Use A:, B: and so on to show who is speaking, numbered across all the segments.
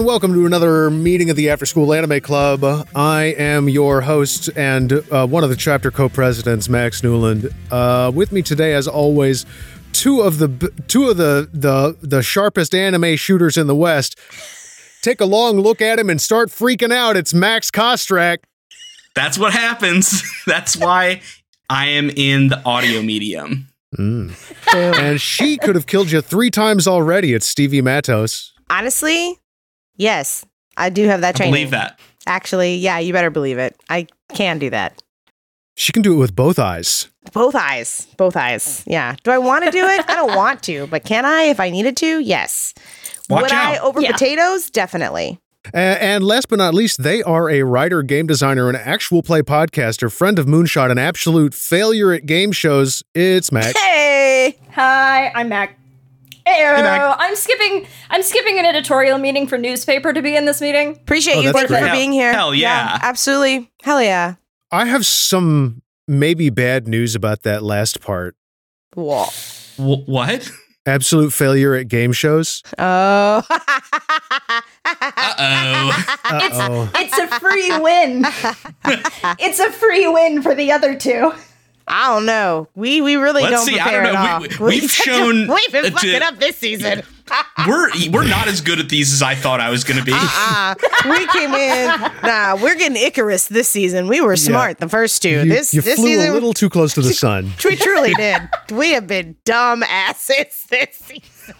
A: welcome to another meeting of the After School Anime Club. I am your host and uh, one of the chapter co-presidents, Max Newland. Uh, with me today, as always, two of the b- two of the the the sharpest anime shooters in the West. Take a long look at him and start freaking out. It's Max Kostrak.
B: That's what happens. That's why I am in the audio medium.
A: Mm. and she could have killed you three times already. It's Stevie Matos.
C: Honestly, yes, I do have
B: I
C: that training.
B: believe that.
C: Actually, yeah, you better believe it. I can do that.
A: She can do it with both eyes.
C: Both eyes, both eyes. Yeah. Do I want to do it? I don't want to, but can I if I needed to? Yes.
B: Watch
C: Would I
B: out.
C: over
D: Yeah.
C: potatoes? Definitely.
A: A- And last but not least, they are a writer, game designer, and actual play podcaster, friend of Moonshot, an absolute failure at game shows. It's Mac.
C: Hey.
D: Hi, I'm Mac. Ayo. I'm skipping. I'm skipping an editorial meeting for newspaper to be in this meeting.
C: Appreciate
A: Oh,
C: you.
A: that's
C: Thank you
A: great.
C: for being here.
B: Hell yeah.
C: Absolutely. Hell yeah.
A: I have some maybe bad news about that last part.
C: Whoa.
B: Wh- what?
A: Absolute failure at game shows.
C: Oh.
B: Uh oh.
A: Uh-oh.
E: It's a free win. it's a free win for the other two.
C: I don't know. We we really
B: Let's
C: don't
B: see. I
C: prepare
B: don't know.
C: at all.
B: We- we- we've shown
C: we've been
B: to-
C: fucking up this season.
B: We're we're not as good at these as I thought I was going to be.
C: uh, we came in. Nah, we're getting Icarus this season. We were smart the first two.
A: You,
C: this
A: you
C: this
A: flew
C: season,
A: a little too close to the sun.
C: we truly did. We have been dumb asses this season.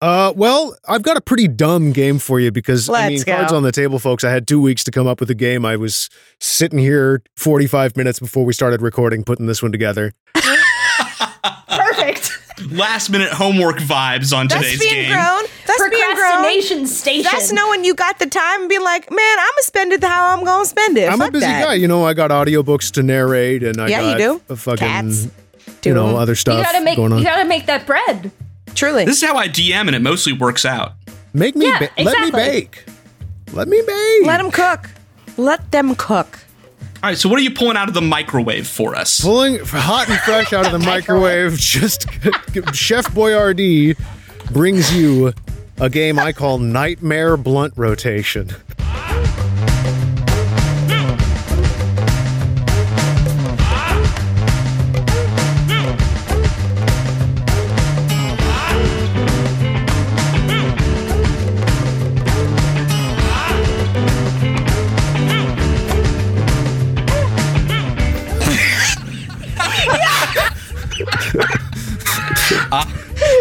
A: Uh, well, I've got a pretty dumb game for you because I
C: Let's
A: mean,
C: go.
A: cards on the table, folks. I had two weeks to come up with a game. I was sitting here 45 minutes before we started recording, putting this one together.
E: Perfect.
B: Last minute homework vibes on
C: That's
B: today's
C: being
B: game.
C: grown. That's being grown.
E: Procrastination station.
C: That's knowing you got the time and being like, man, I'm gonna spend it how I'm gonna spend it.
A: I'm a
C: Fuck
A: busy
C: that.
A: guy, you know. I got audiobooks to narrate, and I
C: Yeah, you
A: got
C: do.
A: a fucking
C: Cats.
A: you know
C: Doodle.
A: other
D: You
A: stuff
D: gotta make.
A: going on.
D: You gotta make that bread.
C: Truly.
B: This is how I DM and it mostly works out.
A: Make me
D: Yeah,
A: ba- let me
D: exactly.
A: bake. Let me bake.
C: Let them cook. Let them cook.
B: All right, so what are you pulling out of the microwave for us?
A: pulling hot and fresh out of the microwave. Just Chef Boyardee brings you a game I call Nightmare Blunt Rotation.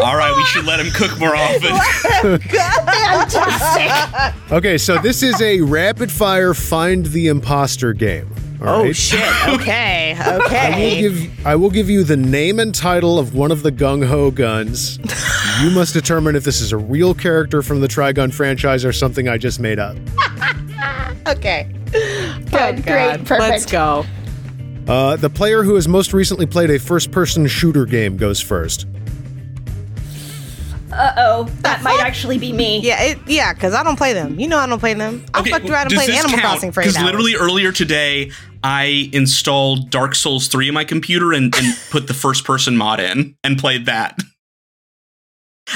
B: All right, we should let him cook more often.
E: fantastic.
A: Okay, so this is a rapid fire find the imposter game. All
C: Oh
A: right?
C: shit. Okay.
A: I will
C: Okay.
A: give I will give you the name and title of one of the gung ho guns. you must determine if this is a real character from the Trigun franchise or something I just made up.
C: Okay.
E: Good, great, perfect.
C: Let's go.
A: Uh, the player who has most recently played a first person shooter game goes first.
E: Uh oh, that might actually be me.
C: Yeah, it, yeah, because I don't play them. You know I don't play them. I fucked
B: well,
C: around and
B: does
C: played
B: this
C: Animal
B: count?
C: Crossing for eight hours.
B: literally earlier today, I installed Dark Souls 3 on my computer and, and put the first person mod in and played that.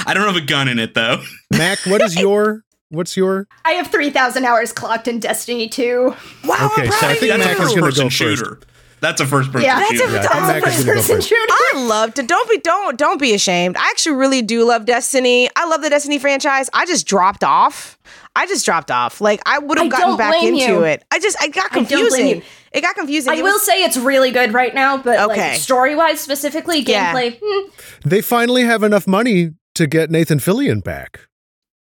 B: I don't have a gun in it though.
A: Mac, what is your what's your
E: I have 3,000 hours clocked in Destiny 2.
C: wow,
A: Okay,
C: I'm
A: so
C: proud
A: I
C: of
A: think
B: That's
C: you.
B: a
A: Mac is
B: first
A: gonna
B: person
A: go first.
B: shooter. That's a first person
E: Yeah. That's
B: shooter.
A: Yeah, I
E: That's
A: think
E: a
A: Mac is gonna go
E: first-person
A: first.
E: shooter.
C: I love to don't be don't don't be ashamed. I actually really do love Destiny. I love the Destiny franchise. I just dropped off. I just dropped off. Like I would
D: I
C: have gotten
D: don't
C: back
D: blame
C: into
D: you.
C: it. I just I got
E: I don't blame
C: confusing.
E: you.
C: it got confusing.
D: I
C: It
D: will
C: was-
D: say it's really good right now, but
C: Okay.
D: like story wise specifically,
C: Yeah.
D: gameplay. hmm,
A: They finally have enough money to get Nathan Fillion back.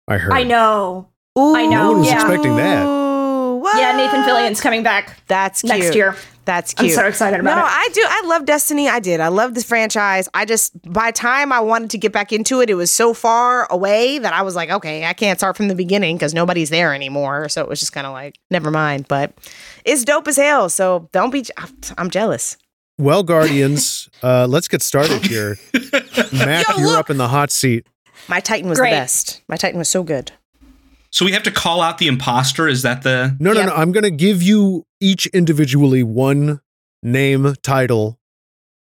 A: I heard.
D: I know. I know,
A: No one was
D: yeah.
A: expecting that.
C: Ooh, what?
D: Yeah, Nathan Fillion's coming back.
C: That's cute.
D: Next year.
C: That's
D: I'm
C: cute.
D: so excited about
C: no,
D: it.
C: I do. I love Destiny. I did. I love this franchise. I just by time I wanted to get back into it, it was so far away that I was like, okay, I can't start from the beginning because nobody's there anymore. So it was just kind of like, never mind. But it's dope as hell. So don't be. I'm- I'm jealous.
A: Well, Guardians, uh, let's get started here. Mac,
C: Yo,
A: you're
C: look.
A: up in the hot seat.
C: My Titan was
D: Great.
C: the best. My Titan was so good.
B: So we have to call out the imposter. Is that the
A: No, no,
C: Yep.
A: no. I'm going to give you each individually one name, title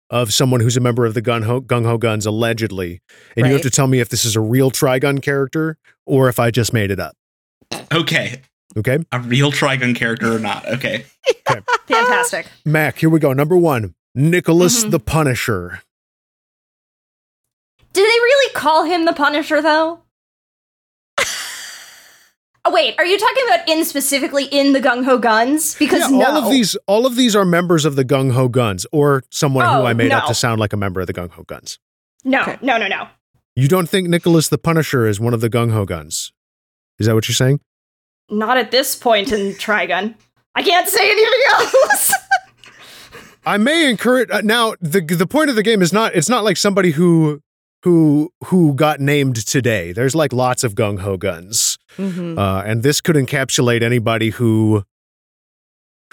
A: of someone who's a member of the Gung Ho, Gung Ho Guns, allegedly. And you have
C: Right.
A: to tell me if this is a real Trigun character or if I just made it up.
B: Okay.
A: Okay.
B: A real Trigun character or not. Okay.
D: Fantastic.
A: Mac, here we go. Number one, Nicholas
D: Mm-hmm.
A: the Punisher.
D: Did they really call him the Punisher though? oh wait, are you talking about in specifically in the Gung Ho Guns? Because
A: all
D: no.
A: of these, all of these are members of the Gung Ho Guns, or someone who
D: Oh,
A: I made up
D: no.
A: to sound like a member of the Gung Ho Guns.
D: no, no, no, no.
A: You don't think Nicholas the Punisher is one of the Gung Ho Guns? Is that what you're saying?
D: Not at this point in Trigun. I can't say anything else.
A: I may encourage uh, now the the point of the game is not it's not like somebody who who who got named today. There's like lots of gung ho guns,
C: Mm-hmm.
A: uh, and this could encapsulate anybody who.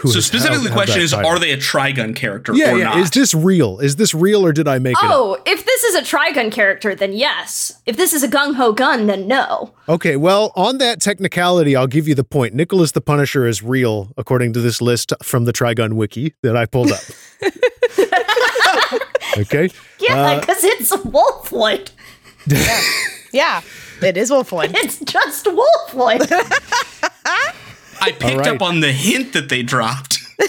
A: who
B: so
A: has
B: specifically,
A: held-
B: the
A: held
B: question
A: that
B: is:
A: title.
B: Are they a Trigun character
A: Yeah,
B: or
A: yeah.
B: not?
A: Is this real? Is this real, or did I make it? up?
D: oh, if this is a Trigun character, then yes. If this is a Gung Ho Gun, then no.
A: Okay, well, on that technicality, I'll give you the point. Nicholas the Punisher is real, according to this list from the Trigun Wiki that I pulled up. okay.
D: Yeah, because it's Wolfwood.
C: Yeah, it is Wolfwood.
D: It's just Wolfwood.
B: I picked
A: right.
B: up on the hint that they dropped.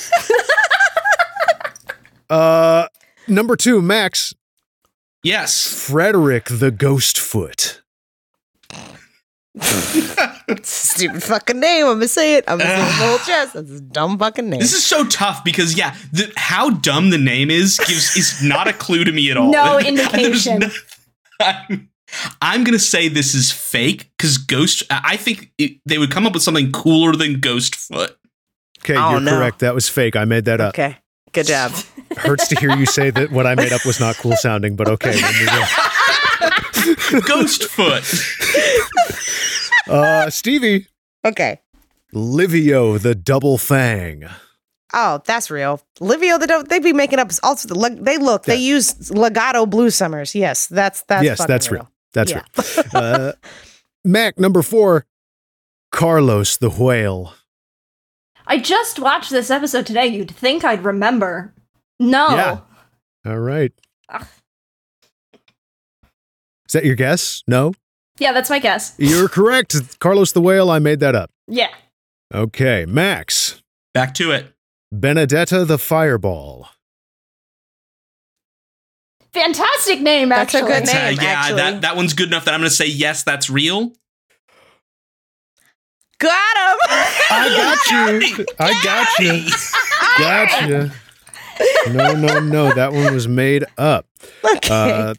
A: Uh, Number two, Max,
B: yes.
A: Frederick the Ghostfoot.
C: Stupid fucking name. I'm gonna say it. I'm gonna say it with the whole chest. That's a dumb fucking name.
B: This is so tough because yeah, the, how dumb the name is gives is not a clue to me at all.
D: No
B: And there's
D: indication.
B: nothing- I'm, I'm gonna say this is fake because Ghost. I I think it, they would come up with something cooler than Ghost Foot.
A: Okay,
C: Oh,
A: you're
C: no.
A: correct. That was fake. I made that up.
C: okay. Good job.
A: Hurts to hear you say that what I made up was not cool sounding, but okay. we'll move on.
B: Ghost Foot.
A: Uh, Stevie,
C: Okay.
A: Livio the Double Fang.
C: Oh, that's real. Livio, they don't. They be making up. Also, the leg- they look. They use legato blue summers. Yes, that's that's.
A: yes,
C: fucking
A: that's real. That's
C: Yeah.
A: real. Uh, Mac, number four, Carlos the Whale.
D: I just watched this episode today. You'd think I'd remember. No.
A: Yeah. All right. Is that your guess? No?
D: Yeah, that's my guess.
A: You're correct. Carlos the Whale, I made that up.
D: Yeah.
A: Okay, Max.
B: Back to it.
A: Benedetta the Fireball.
D: Fantastic name,
C: That's a
D: actually.
C: good name.
B: Uh, yeah,
C: actually.
B: that that one's good enough that I'm gonna say yes. That's real.
C: Got him.
A: I got you. I got you. Gotcha. No, no, no. That one was made up.
C: okay.
A: Uh,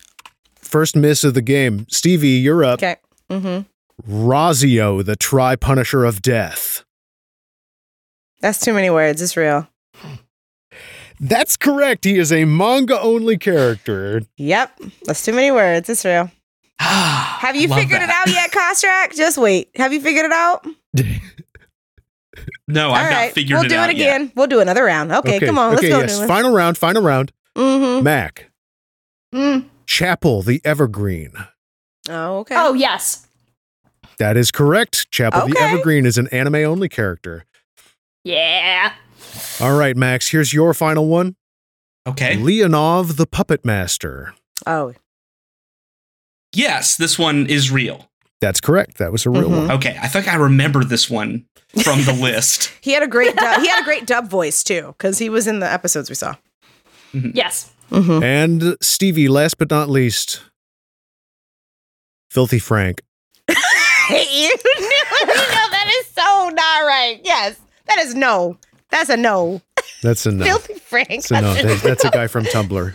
A: first miss of the game. Stevie, you're up.
C: okay. Mm-hmm.
A: Razio, the Tri Punisher of Death.
C: That's too many words. It's real.
A: That's correct. He is a manga only character.
C: Yep. That's too many words. It's real. Have
B: Have
C: you figured it out yet, Kostrak? Just wait. Have you figured it out?
B: No,
C: All
B: Oh, I've
C: right.
B: not figured
C: we'll
B: it
C: do
B: out
C: it again. We'll do another round. Okay. Come on. Let's
A: okay,
C: go.
A: yes. Final round. Final round.
C: mm-hmm.
A: Mac.
D: Mm.
A: Chapel, the Evergreen.
C: Oh, okay.
D: Oh, yes.
A: That is correct. Chapel, the
C: Okay.
A: Evergreen is an anime only character.
D: Yeah.
A: All right, Max. Here's your final one.
B: Okay.
A: Leonov, the Puppet Master.
C: Oh.
B: Yes, this one is real.
A: That's correct. That was a real
C: Mhm.
A: one.
B: Okay, I think I remember this one from the list.
C: He had a great dub. he had a great dub voice too, because he was in the episodes we saw.
D: Yes.
C: Mm-hmm.
A: And Stevie, last but not least, Filthy Frank.
C: you knew it. No, that is so not right. Yes, that is no. That's a no.
A: That's a no.
C: Filthy Frank.
A: That's a no. That's, that's a guy from Tumblr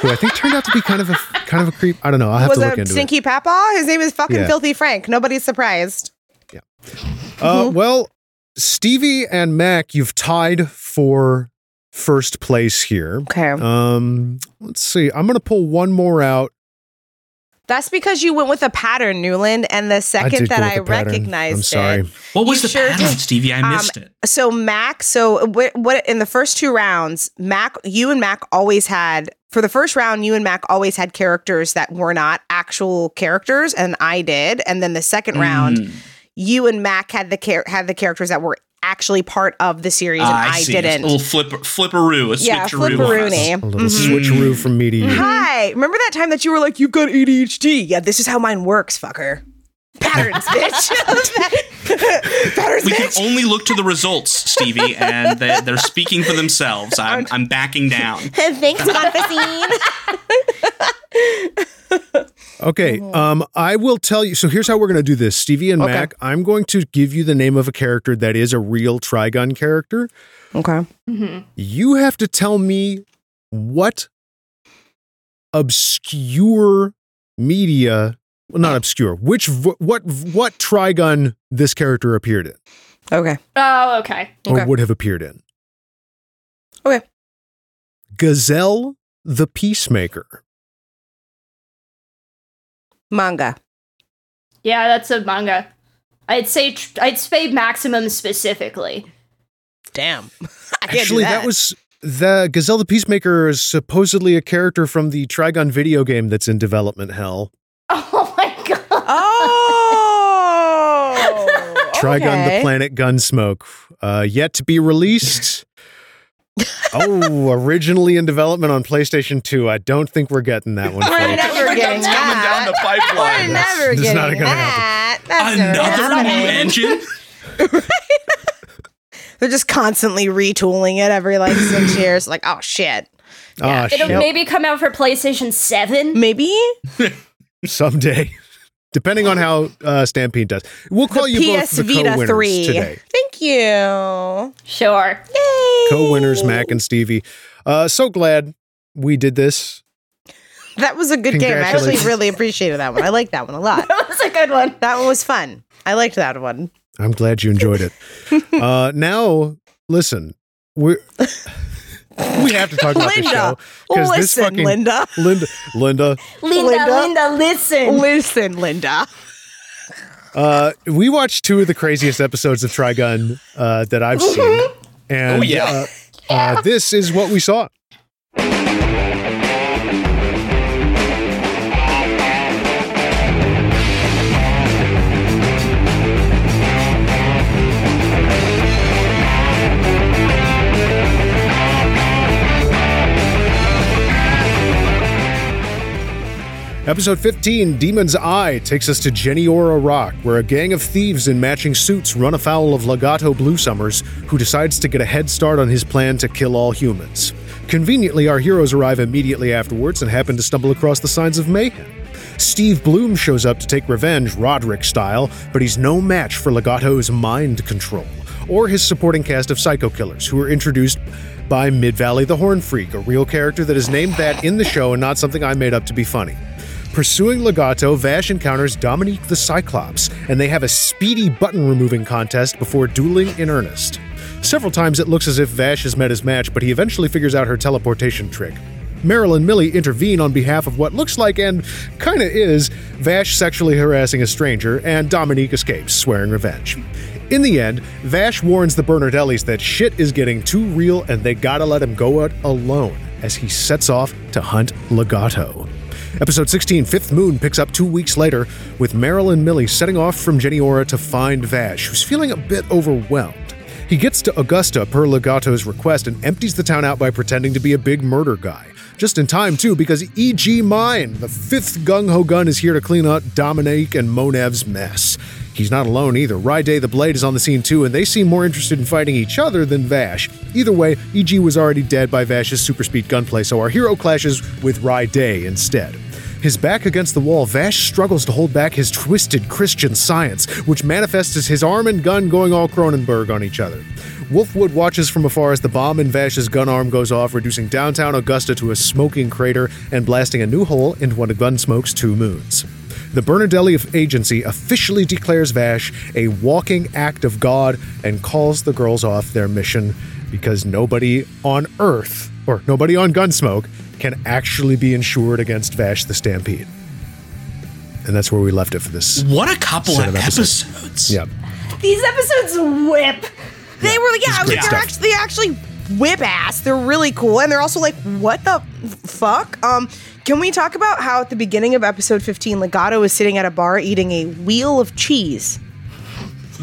A: who I think turned out to be kind of a kind of a creep. I don't know. I'll have
C: was
A: to look
C: a
A: into
C: stinky papa. His name is fucking
A: Yeah.
C: Filthy Frank. Nobody's surprised.
A: it.
C: Mhm.
A: Uh, well, Stevie and Mac, you've tied for first place here.
C: Okay,
A: Um, let's see. I'm gonna pull one more out.
C: that's because you went with a pattern, Newland, and the second
A: did go
C: that
A: with
C: I
A: the pattern.
C: recognized
A: I'm sorry.
C: it.
B: What was
C: You
B: the
C: sure Um,
B: pattern,
C: did.
B: Stevie? I missed it.
C: so Mac, so what, what in the first two rounds, Mac, you and Mac always had for the first round, you and Mac always had characters that were not actual characters, and I did. And then the second round,
B: Mm.
C: you and Mac had the char- had the characters that were actually part of the series, and
B: Ah,
C: I,
B: see.
C: didn't.
B: A little flip, flipperoo, a
C: yeah,
B: switcheroo. on us.
C: flipperoony.
A: A little
C: Mhm.
A: switcheroo from me to you.
C: Hi, remember that time that you were like, "You've got ADHD." Yeah, this is how mine works, fucker. Pattern patterns, bitch. patterns,
B: We
C: bitch.
B: can only look to the results, Stevie, and they, they're speaking for themselves. I'm, I'm backing down.
F: Thanks, Montfessine.
A: Okay, um, I will tell you. So here's how we're going to do this, Stevie and
C: Mm-hmm. Okay.
A: Mac. I'm going to give you the name of a character that is a real Trigun character.
C: Okay.
D: Mm-hmm.
A: You have to tell me what obscure media, well, not obscure, which vo- what what Trigun this character appeared in
C: Okay.
D: Oh, okay.
A: or
C: Okay.
A: would have appeared in.
C: Okay.
A: Gazelle the Peacemaker.
C: Manga.
D: Yeah, that's a manga. I'd say tr- I'd say maximum specifically.
C: Damn. I can't do
A: Actually, that. was the Gazelle the Peacemaker is supposedly a character from the Trigon video game that's in development hell.
D: Oh my god.
C: Oh.
A: Trigon the
C: okay.
A: Planet Gunsmoke, uh, yet to be released. oh, originally in development on PlayStation 2. I don't think we're getting that one.
C: We're
A: folks.
C: never
B: Oh
C: getting
B: It's coming down
C: that.
B: the pipeline.
C: We're never
A: This is not
C: getting
A: gonna
C: that. That's never
B: Another new
C: happening.
B: engine?
C: They're just constantly retooling it every like six years. Like, oh shit.
A: Ah,
D: It'll
A: shit.
D: maybe come out for PlayStation 7.
C: Maybe
A: Someday. Depending on how uh, Stampede does. We'll call you both
C: PS
A: the
C: Vita
A: co-winners
C: 3.
A: today.
C: Thank you.
D: Sure.
A: Co-winners, Mac and Stevie. Uh, so glad we did this.
C: That was a good game. I actually
A: Congratulations.
C: really appreciated that one. I liked that one a lot.
D: That was a good one.
C: That one was fun. I liked that one.
A: I'm glad you enjoyed it. uh, now, listen, we we have to talk about this
C: Linda,
A: show because this
C: listen,
A: fucking
C: Linda.
A: Linda, Linda,
D: Linda,
C: Linda?
D: Linda, listen.
C: Listen, Linda.
A: uh, we watched two of the craziest episodes of Trigun uh, that I've seen, and
B: Oh, yeah.
A: uh, uh, this is what we saw. Episode 15, Demon's Eye, takes us to Jenny Ora Rock, where a gang of thieves in matching suits run afoul of Legato Blue Summers, who decides to get a head start on his plan to kill all humans. Conveniently, our heroes arrive immediately afterwards and happen to stumble across the signs of mayhem. Steve Bloom shows up to take revenge, Roderick style, but he's no match for Legato's mind control, or his supporting cast of psycho killers, who are introduced by Mid Valley the Horn Freak, a real character that is named that in the show and not something I made up to be funny. Pursuing Legato, Vash encounters Dominique the Cyclops, and they have a speedy button removing contest before dueling in earnest. Several times it looks as if Vash has met his match, but he eventually figures out her teleportation trick. Meryl and Millie intervene on behalf of what looks like and kinda is Vash sexually harassing a stranger, and Dominique escapes, swearing revenge. In the end, Vash warns the Bernardellis that shit is getting too real and they gotta let him go out alone as he sets off to hunt Legato. Episode 16, Fifth Moon, picks up two weeks later with Meryl and Millie setting off from Jenny Ora to find Vash, who's feeling a bit overwhelmed. He gets to Augusta per Legato's request and empties the town out by pretending to be a big murder guy. Just in time, too, because E.G. Mine, the fifth gung ho gun, is here to clean out Dominique and Monev's mess. He's not alone either. Ryday the Blade is on the scene, too, and they seem more interested in fighting each other than Vash. Either way, E.G. was already dead by Vash's super speed gunplay, so our hero clashes with Ryday instead. His back against the wall, Vash struggles to hold back his twisted Christian science, which manifests as his arm and gun going all Cronenberg on each other. Wolfwood watches from afar as the bomb in Vash's gun arm goes off, reducing downtown Augusta to a smoking crater and blasting a new hole into one of Gunsmoke's two moons. The Bernadelli Agency officially declares Vash a walking act of God and calls the girls off their mission because nobody on Earth, or nobody on Gunsmoke, can actually be insured against Vash the Stampede. And that's where we left it for this.
B: What a couple
A: Set
B: of
A: of episodes.
B: episodes.
A: Yeah.
E: These episodes whip.
C: They were yeah, I
A: great
C: was like, they're
A: stuff.
C: actually they actually whip ass. They're really cool, and they're also like, what the f- fuck? Um, can we talk about how at the beginning of episode fifteen, Legato is sitting at a bar eating a wheel of cheese?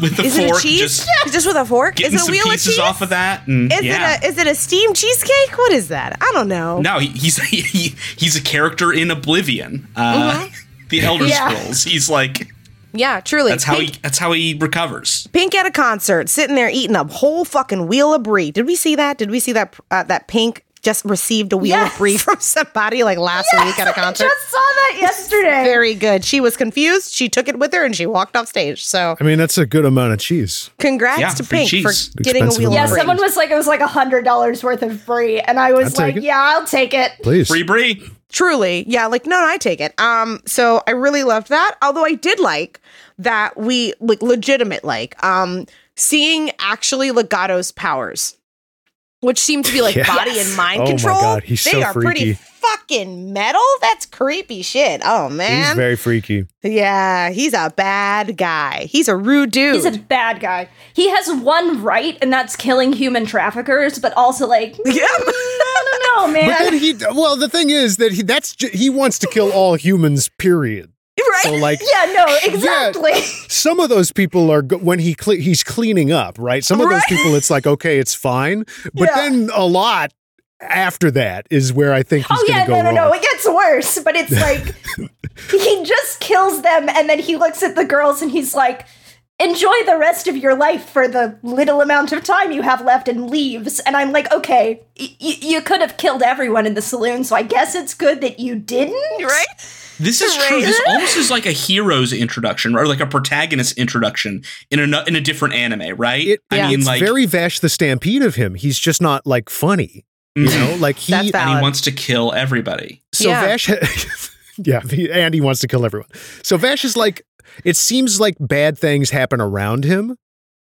B: With the
C: Is it a
B: fork,
C: cheese?
B: just
C: just with a fork? Is
B: getting
C: it a
B: some
C: wheel of
B: pieces
C: cheese?
B: off of that. And,
C: Is
B: yeah.
C: it a is it a steamed cheesecake? What is that? I don't know.
B: No, he, he's
C: Mm-hmm.
B: he, he's a character in Oblivion, uh, the Elder
D: Yeah.
B: Scrolls. He's like
C: Yeah, truly.
B: That's how
C: Pink,
B: he. That's how he recovers.
C: Pink at a concert, sitting there eating a whole fucking wheel of brie. Did we see that? Did we see that? Uh, that Pink just received a wheel
D: Yes.
C: of brie from somebody like last week at a concert.
D: I just saw that yesterday.
C: Very good. She was confused. She took it with her and she walked off stage. So
A: I mean, that's a good amount of cheese.
C: congrats
B: Yeah,
C: to
B: free
C: Pink for
B: cheese.
C: getting
A: Expensive
C: a wheel
A: amount.
D: yeah,
C: of brie.
D: someone was like, it was like a hundred dollars worth of free, and I
A: I'll
D: was
A: take
D: like,
A: it.
D: yeah, I'll take it.
A: Please.
B: Bree Bree.
C: Truly. Yeah, like no, no, I take it. Um so I really loved that. Although I did like that we like legitimate like um seeing actually Legato's powers which seem to be like
A: Yes.
C: body and mind
A: Oh my
C: control.
A: God, he's
C: they
A: so
C: are pretty
A: freaky.
C: fucking metal. That's creepy shit. Oh
A: He's
C: man.
A: very freaky.
C: yeah, he's a bad guy. He's a rude dude.
D: He's a bad guy. He has one right, and that's killing human traffickers, but also like, no,
C: yeah.
D: no, no,
A: But then
D: man.
A: he, well, the thing is that he, that's ju- he wants to kill all humans. Period.
C: Right.
A: So like,
D: Yeah, no, exactly.
A: some of those people are go- when he cle- he's cleaning up, right? Some of those
C: Right.
A: people, it's like okay, it's fine, but
D: Yeah.
A: then a lot after that is where I think he's
D: Oh
A: going
D: yeah,
A: to go
D: no, no,
A: wrong.
D: no. It gets worse, but it's like he just kills them, and then he looks at the girls, and he's like, "Enjoy the rest of your life for the little amount of time you have left," and leaves. And I'm like, "Okay, y- y- you could have killed everyone in the saloon, so I guess it's good that you didn't."
C: right?
B: This is true. This almost is like a hero's introduction or like a protagonist introduction in a in a different anime, right?
A: It-
B: I
C: yeah.
B: mean,
A: It's
B: like,
A: very Vash the Stampede of him. He's just not like funny, you
B: mhm.
A: know. Like he,
C: That's valid.
B: and he wants to kill everybody.
A: so
C: Yeah.
A: Vash, ha- yeah, he, and he wants to kill everyone. So Vash is like, it seems like bad things happen around him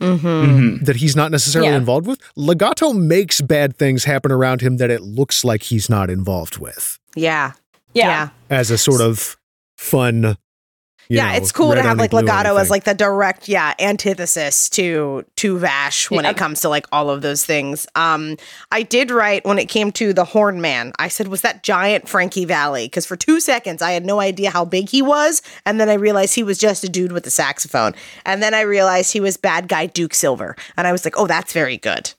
D: Mm-hmm.
C: Mhm.
B: Mhm.
A: that he's not necessarily
D: Yeah.
A: involved with. Legato makes bad things happen around him that it looks like he's not involved with.
C: Yeah.
D: Yeah.
A: as a sort of fun. you
C: yeah,
A: know,
C: it's cool to
A: red
C: have
A: army,
C: like
A: blue army
C: Legato as
A: thing.
C: like the direct, yeah, antithesis to to Vash when
D: Yeah.
C: it comes to like all of those things. Um, I did write when it came to the Horn Man. I said, was that giant Frankie Valley? Because for two seconds I had no idea how big he was, and then I realized he was just a dude with a saxophone, and then I realized he was bad guy Duke Silver, and I was like, oh, that's very good.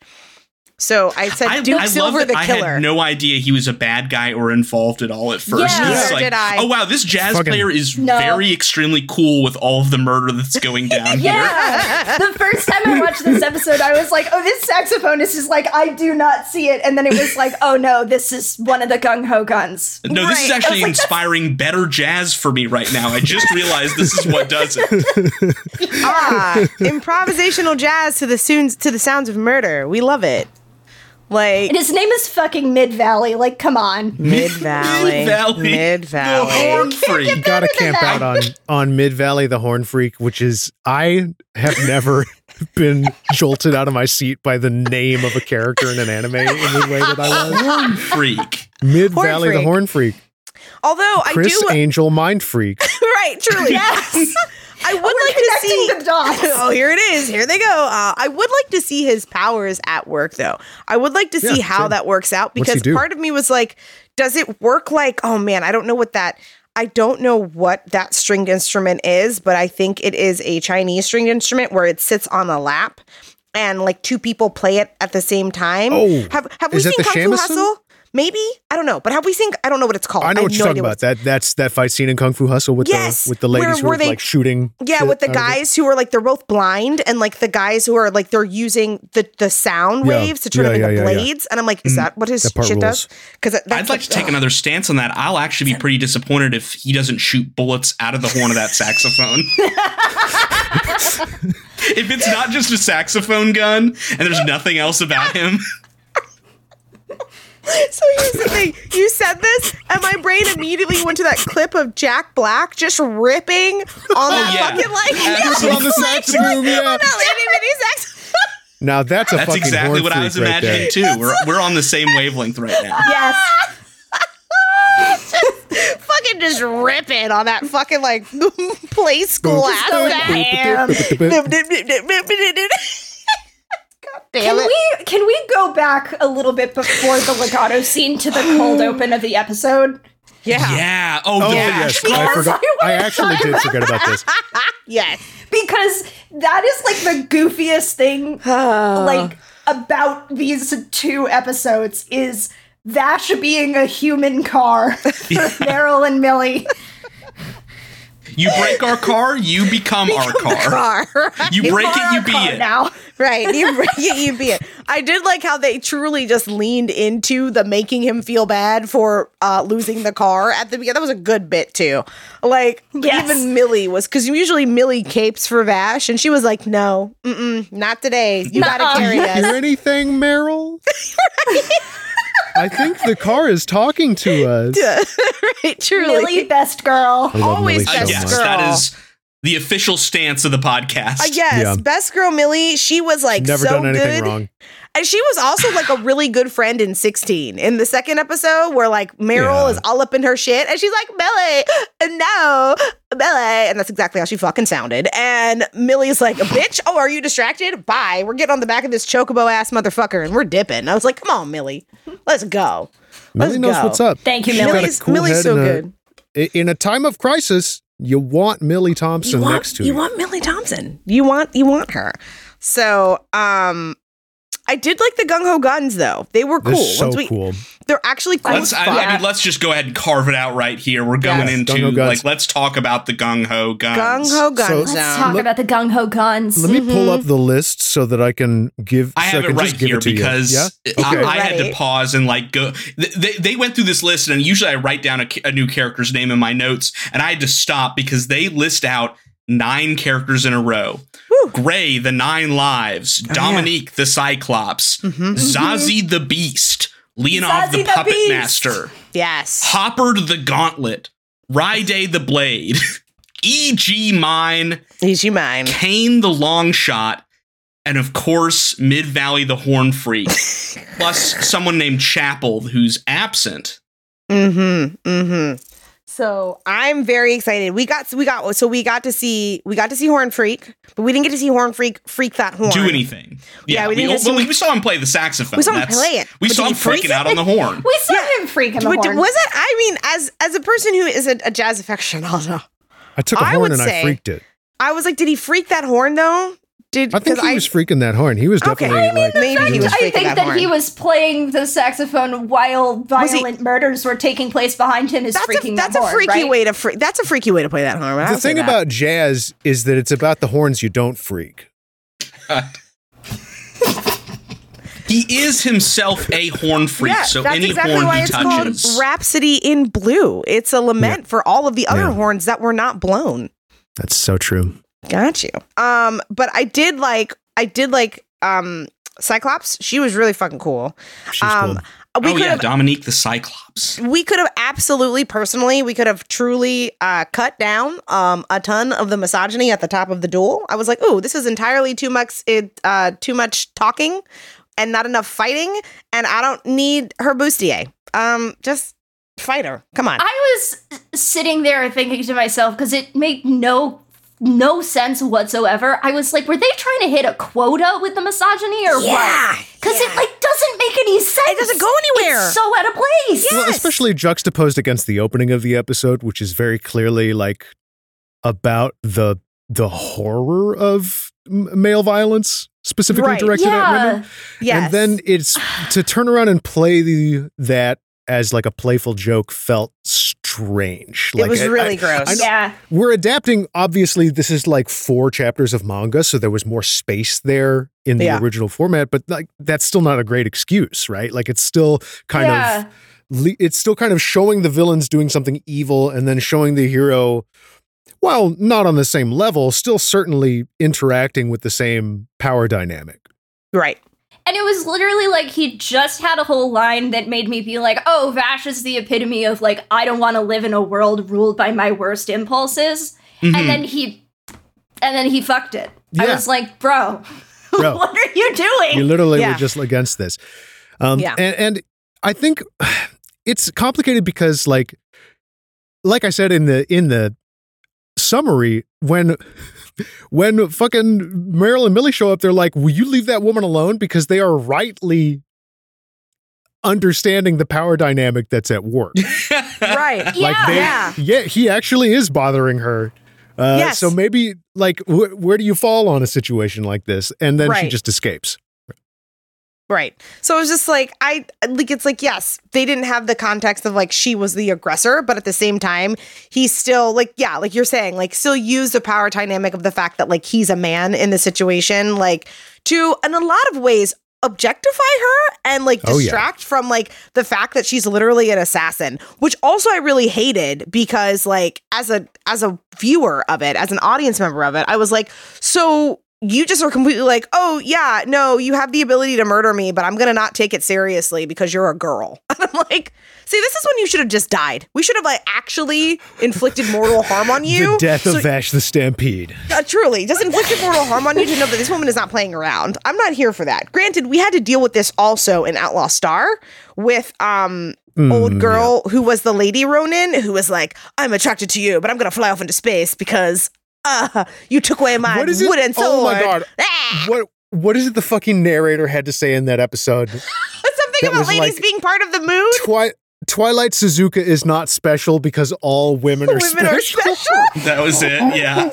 C: So I said, Duke
B: love
C: Silver,
B: that
C: the
B: I
C: killer.
B: had no idea he was a bad guy or involved at all at first.
D: Yeah.
B: It's
C: Neither
B: like,
C: did I.
B: Oh wow, this jazz
A: Fucking-
B: player is
D: No.
B: very extremely cool with all of the murder that's going down here.
D: Yeah. the first time I watched this episode, I was like, oh, this saxophonist is like, I do not see it. And then it was like, oh no, this is one of the gung ho guns.
B: No, this is
C: Right.
B: actually inspiring better jazz for me right now. I just realized this is what does it.
C: Ah, improvisational jazz to the soons to the sounds of murder. We love it. Like
D: And his name is fucking Mid Valley. Like, come on.
C: Mid Valley,
B: Mid-Valley.
C: Mid
B: The horn
C: Valley.
A: gotta
B: freak.
D: better than
A: camp out
D: that.
A: on on Mid Valley the Horn Freak, which is I have never been jolted out of my seat by the name of a character in an anime in the way that I was.
B: Horn freak.
A: Mid Valley the
C: freak. uh,
A: Horn Freak,
C: Although I
A: Chris
C: do
A: Angel Mind Freak.
C: right, truly. I would like to see
D: Connecting the dots.
C: Oh, here it is. Here they go. Uh, I would like to see his powers at work, though. I would like to see
A: Yeah,
C: how
A: same.
C: that works out
A: What's he
C: because
A: do?
C: part of me was like, does it work like, oh man, I don't know what that. I don't know what that stringed instrument is, but I think it is a Chinese stringed instrument where it sits on a lap and like two people play it at the same time.
A: Oh,
C: have have we
A: is that
C: seen
A: the
C: Kung Fu
A: shamisen?
C: Hustle? Maybe I don't know, but have we seen? I don't know what it's called.
A: I know
C: have
A: what
C: no
A: you're talking
C: idea what
A: about. That that's that fight scene in Kung Fu Hustle with
C: Yes,
A: the with the
C: where
A: ladies who
C: were
A: are
C: they-
A: like shooting.
C: Yeah,
A: shit
C: with the
A: out of it.
C: guys who are like they're both blind and like the guys who are like they're using the the sound
A: Yeah.
C: waves to turn
A: Yeah,
C: them into
A: yeah, yeah, yeah.
C: blades. And I'm like, is that what his
A: That part
C: shit does? Because
B: I'd like to take another stance on that. I'll actually be pretty disappointed if he doesn't shoot bullets out of the horn of that saxophone. if it's not just a saxophone gun and there's nothing else about him.
C: So here's the thing: you said this, and my brain immediately went to that clip of Jack Black just ripping on that
B: Oh, yeah.
C: fucking like
B: Absolutely.
C: yeah,
A: On the
C: like,
A: saxophone, yeah.
C: on that lady mini sax.
A: Now that's a
B: That's
A: fucking
B: exactly
A: horn
B: what I
A: freak
B: was
A: right there.
B: imagining too. We're, we're on the same wavelength right now.
D: Yes.
C: fucking just ripping on that fucking like play school ass.
D: Can we can we go back a little bit before the legato scene to the cold open of the episode?
C: Yeah.
B: Yeah. Oh,
A: Oh
B: the
A: yes,
B: yes.
A: I forgot. I actually did forget about this.
C: Yes.
D: Because that is like the goofiest thing
B: Ah.
D: like about these two episodes is Vash being a human car for Meryl and Millie.
B: You break our car, you become, our car.
C: car. right?
B: You break it, you be
D: Car
B: it.
D: now.
C: Right. You break it, you be it. I did like how they truly just leaned into the making him feel bad for uh, losing the car at the beginning. That was a good bit too. Like
D: Yes.
C: even Millie was because usually Millie capes for Vash, and she was like, "No, mm-mm, not today. You
D: Nuh-uh.
C: gotta carry
A: Hear
C: us."
A: anything, Meryl? I think the car is talking to us.
C: right, truly.
D: Millie, best girl.
A: I love
C: Always
A: Millie
B: Uh,
C: best
B: yes,
A: much.
C: girl.
B: that is the official stance of the podcast.
C: Uh, yes,
A: Yeah.
C: best girl Millie. She was like
A: Never
C: so
A: done anything
C: good.
A: wrong.
C: And she was also like a really good friend in 16 in the second episode where like Meryl
A: Yeah.
C: is all up in her shit and she's like, Millie, no, Millie. And that's exactly how she fucking sounded. And Millie's like, bitch, oh, are you distracted? Bye. We're getting on the back of this chocobo ass motherfucker and we're dipping. I was like, come on, Millie, let's go.
A: Millie knows
C: go.
A: what's up.
D: Thank you,
A: She's got
D: Millie.
A: a
C: Millie's,
A: cool
C: Millie's
A: head
C: so
A: and a-
C: good.
A: I- In a time of crisis, you want Millie Thompson
C: you want,
A: next to
C: you
A: you.
C: want Millie Thompson. You want you want her. So um I did like the gung ho guns though. They were
A: They're
C: cool.
A: so
C: Once we-
A: cool.
C: They're actually cool.
B: Let's,
C: as
B: I,
C: fuck.
B: I mean, let's just go ahead and carve it out right here. We're going
A: Yes,
B: into
A: gung-ho guns.
B: like let's talk about the gung ho
C: Gung
B: guns.
C: ho gun
A: So-
C: zone.
D: Let's talk
A: Let-
D: about the gung ho guns.
A: Let me
C: Mm-hmm.
A: pull up the list so that I can give.
B: I
A: so
B: have
A: can
B: it right
A: just give
B: here
A: it to you.
B: because
A: Yeah?
B: I-
A: Okay.
B: I, had to
C: Right.
B: pause and like go. th- They, they went through this list, and usually I write down a, ca- a new character's name in my notes, and I had to stop because they list out nine characters in a row. Gray, the Nine Lives, Dominique, the Cyclops, Zazie, the Beast, Leonov,
D: Zazie
B: the,
D: the
B: Puppet
D: Beast.
B: Master,
C: yes.
B: Hopper, the Gauntlet, Ride, the Blade, E.G. Mine,
C: Is you mine?
B: Kane the long shot, and of course Mid Valley the horn freak, plus someone named Chapel who's absent.
C: Mm-hmm. Mm-hmm.
D: So
C: I'm very excited. We got we got so we got to see we got to see Horn Freak, but we didn't get to see Horn Freak freak that horn.
B: Do anything?
C: Yeah,
B: we,
C: we didn't
B: well,
C: get to-
B: we, saw him play the saxophone.
C: We saw him
B: That's-
C: play it,
B: We
C: but
B: saw
C: did
B: him
C: he freak
B: freaking out on the horn.
D: we saw him freaking the
C: But
D: horn.
C: was it? I mean, as as a person who is a, a jazz aficionado,
A: I took a
C: I
A: horn
C: would
A: and I
C: say-
A: freaked it.
C: I was like, did he freak that horn though? Did
A: I think
C: 'cause
A: he was freaking that horn. He was
C: Okay.
A: definitely like
C: maybe he was
D: I
C: freaking
D: think
C: that,
D: that,
C: horn.
D: he was playing the saxophone while
C: he-
D: violent murders were taking place behind him. Is
C: That's
D: freaking
C: a
D: that
C: that's a
D: horn,
C: freaky
D: right?
C: way to freak. That's a freaky way to play that horn. I
A: the
C: would say
A: thing
C: that.
A: about jazz is that it's about the horns you don't freak.
B: He is himself a horn freak, so
C: that's
B: any
C: exactly
B: horn
C: why
B: he
C: it's
B: touches.
C: called Rhapsody in Blue. It's a lament for all of the other
A: Yeah.
C: horns that were not blown.
A: That's so true.
C: Got you. Um, but I did like I did like um Cyclops. She was really fucking cool.
A: She's
C: Um,
A: cool.
C: we
B: oh
C: could
B: yeah,
C: have
B: Dominique the Cyclops.
C: we could have absolutely personally we could have truly uh, cut down um, a ton of the misogyny at the top of the duel i was like oh this is entirely too much it, uh, too much talking and not enough fighting and i don't need her bustier um just fight her come on
D: I was sitting there thinking to myself because it made no no sense whatsoever. I was like, were they trying to hit a quota with the misogyny or
C: Yeah,
D: what? Because it like doesn't make any sense. It
C: doesn't go anywhere.
D: It's so out of place.
A: Well, especially juxtaposed against the opening of the episode, which is very clearly like about the the horror of m- male violence specifically
C: Right.
A: directed at women.
D: Yeah.
C: yes
A: And then it's to turn around and play the, that as like a playful joke felt strange. Like
C: it was
A: I- I-
C: really gross
A: I know-
D: Yeah.
A: we're adapting. Obviously, this is like four chapters of manga, so there was more space there in the
C: Yeah.
A: original format. But like that's still not a great excuse, right? Like it's still kind
D: yeah.
A: of le- it's still kind of showing the villains doing something evil and then showing the hero while not on the same level still certainly interacting with the same power dynamic
C: right
D: And it was literally like he just had a whole line that made me be like, oh, Vash is the epitome of like, I don't want to live in a world ruled by my worst impulses.
B: Mhm.
D: And then he and then he fucked it. I
A: Mm-hmm. Yeah.
D: was like, bro,
A: Bro.
D: what are you
A: you
D: doing?
A: literally
C: Yeah.
A: were just against this um
C: Yeah.
A: and, and i think it's complicated because like like i said in the in the summary when when fucking Meryl and Millie show up, they're like, "Will you leave that woman alone?" Because they are rightly understanding the power dynamic that's at work.
B: Mm-hmm.
C: right
D: Yeah.
A: like they,
C: Yeah.
A: yeah. he actually is bothering her. Uh,
C: Yes.
A: So maybe, like, wh- where do you fall on a situation like this? And then she
C: Right.
A: just escapes.
C: Right. So it was just like I like it's like yes, they didn't have the context of like she was the aggressor, but at the same time, he still like yeah, like you're saying, like still use the power dynamic of the fact that like he's a man in the situation, like to in a lot of ways objectify her and like
A: Oh, yeah.
C: distract from like the fact that she's literally an assassin, which also I really hated because like as a as a viewer of it, as an audience member of it, I was like, so you just are completely like, oh yeah, no, you have the ability to murder me, but I'm gonna not take it seriously because you're a girl. And I'm like, see, this is when you should have just died. We should have like actually inflicted mortal harm on you.
A: the death
C: so
A: of Vash the Stampede.
C: uh, truly, just inflicted mortal harm on you to know that this woman is not playing around. I'm not here for that. Granted, we had to deal with this also in Outlaw Star with um
A: Hmm,
C: old girl who was the lady Ronin who was like, I'm attracted to you, but I'm gonna fly off into space because uh you took away my
A: What is it?
C: wooden sword.
A: Oh my god!
C: Ah!
A: What what is it? The fucking narrator had to say in that episode.
C: Something
A: That
C: about
A: was
C: ladies
A: like-
C: being part of the mood.
A: Twi- Twilight Suzuka is not special because all women are
C: Women are
A: special.
C: special.
B: That was it. Yeah.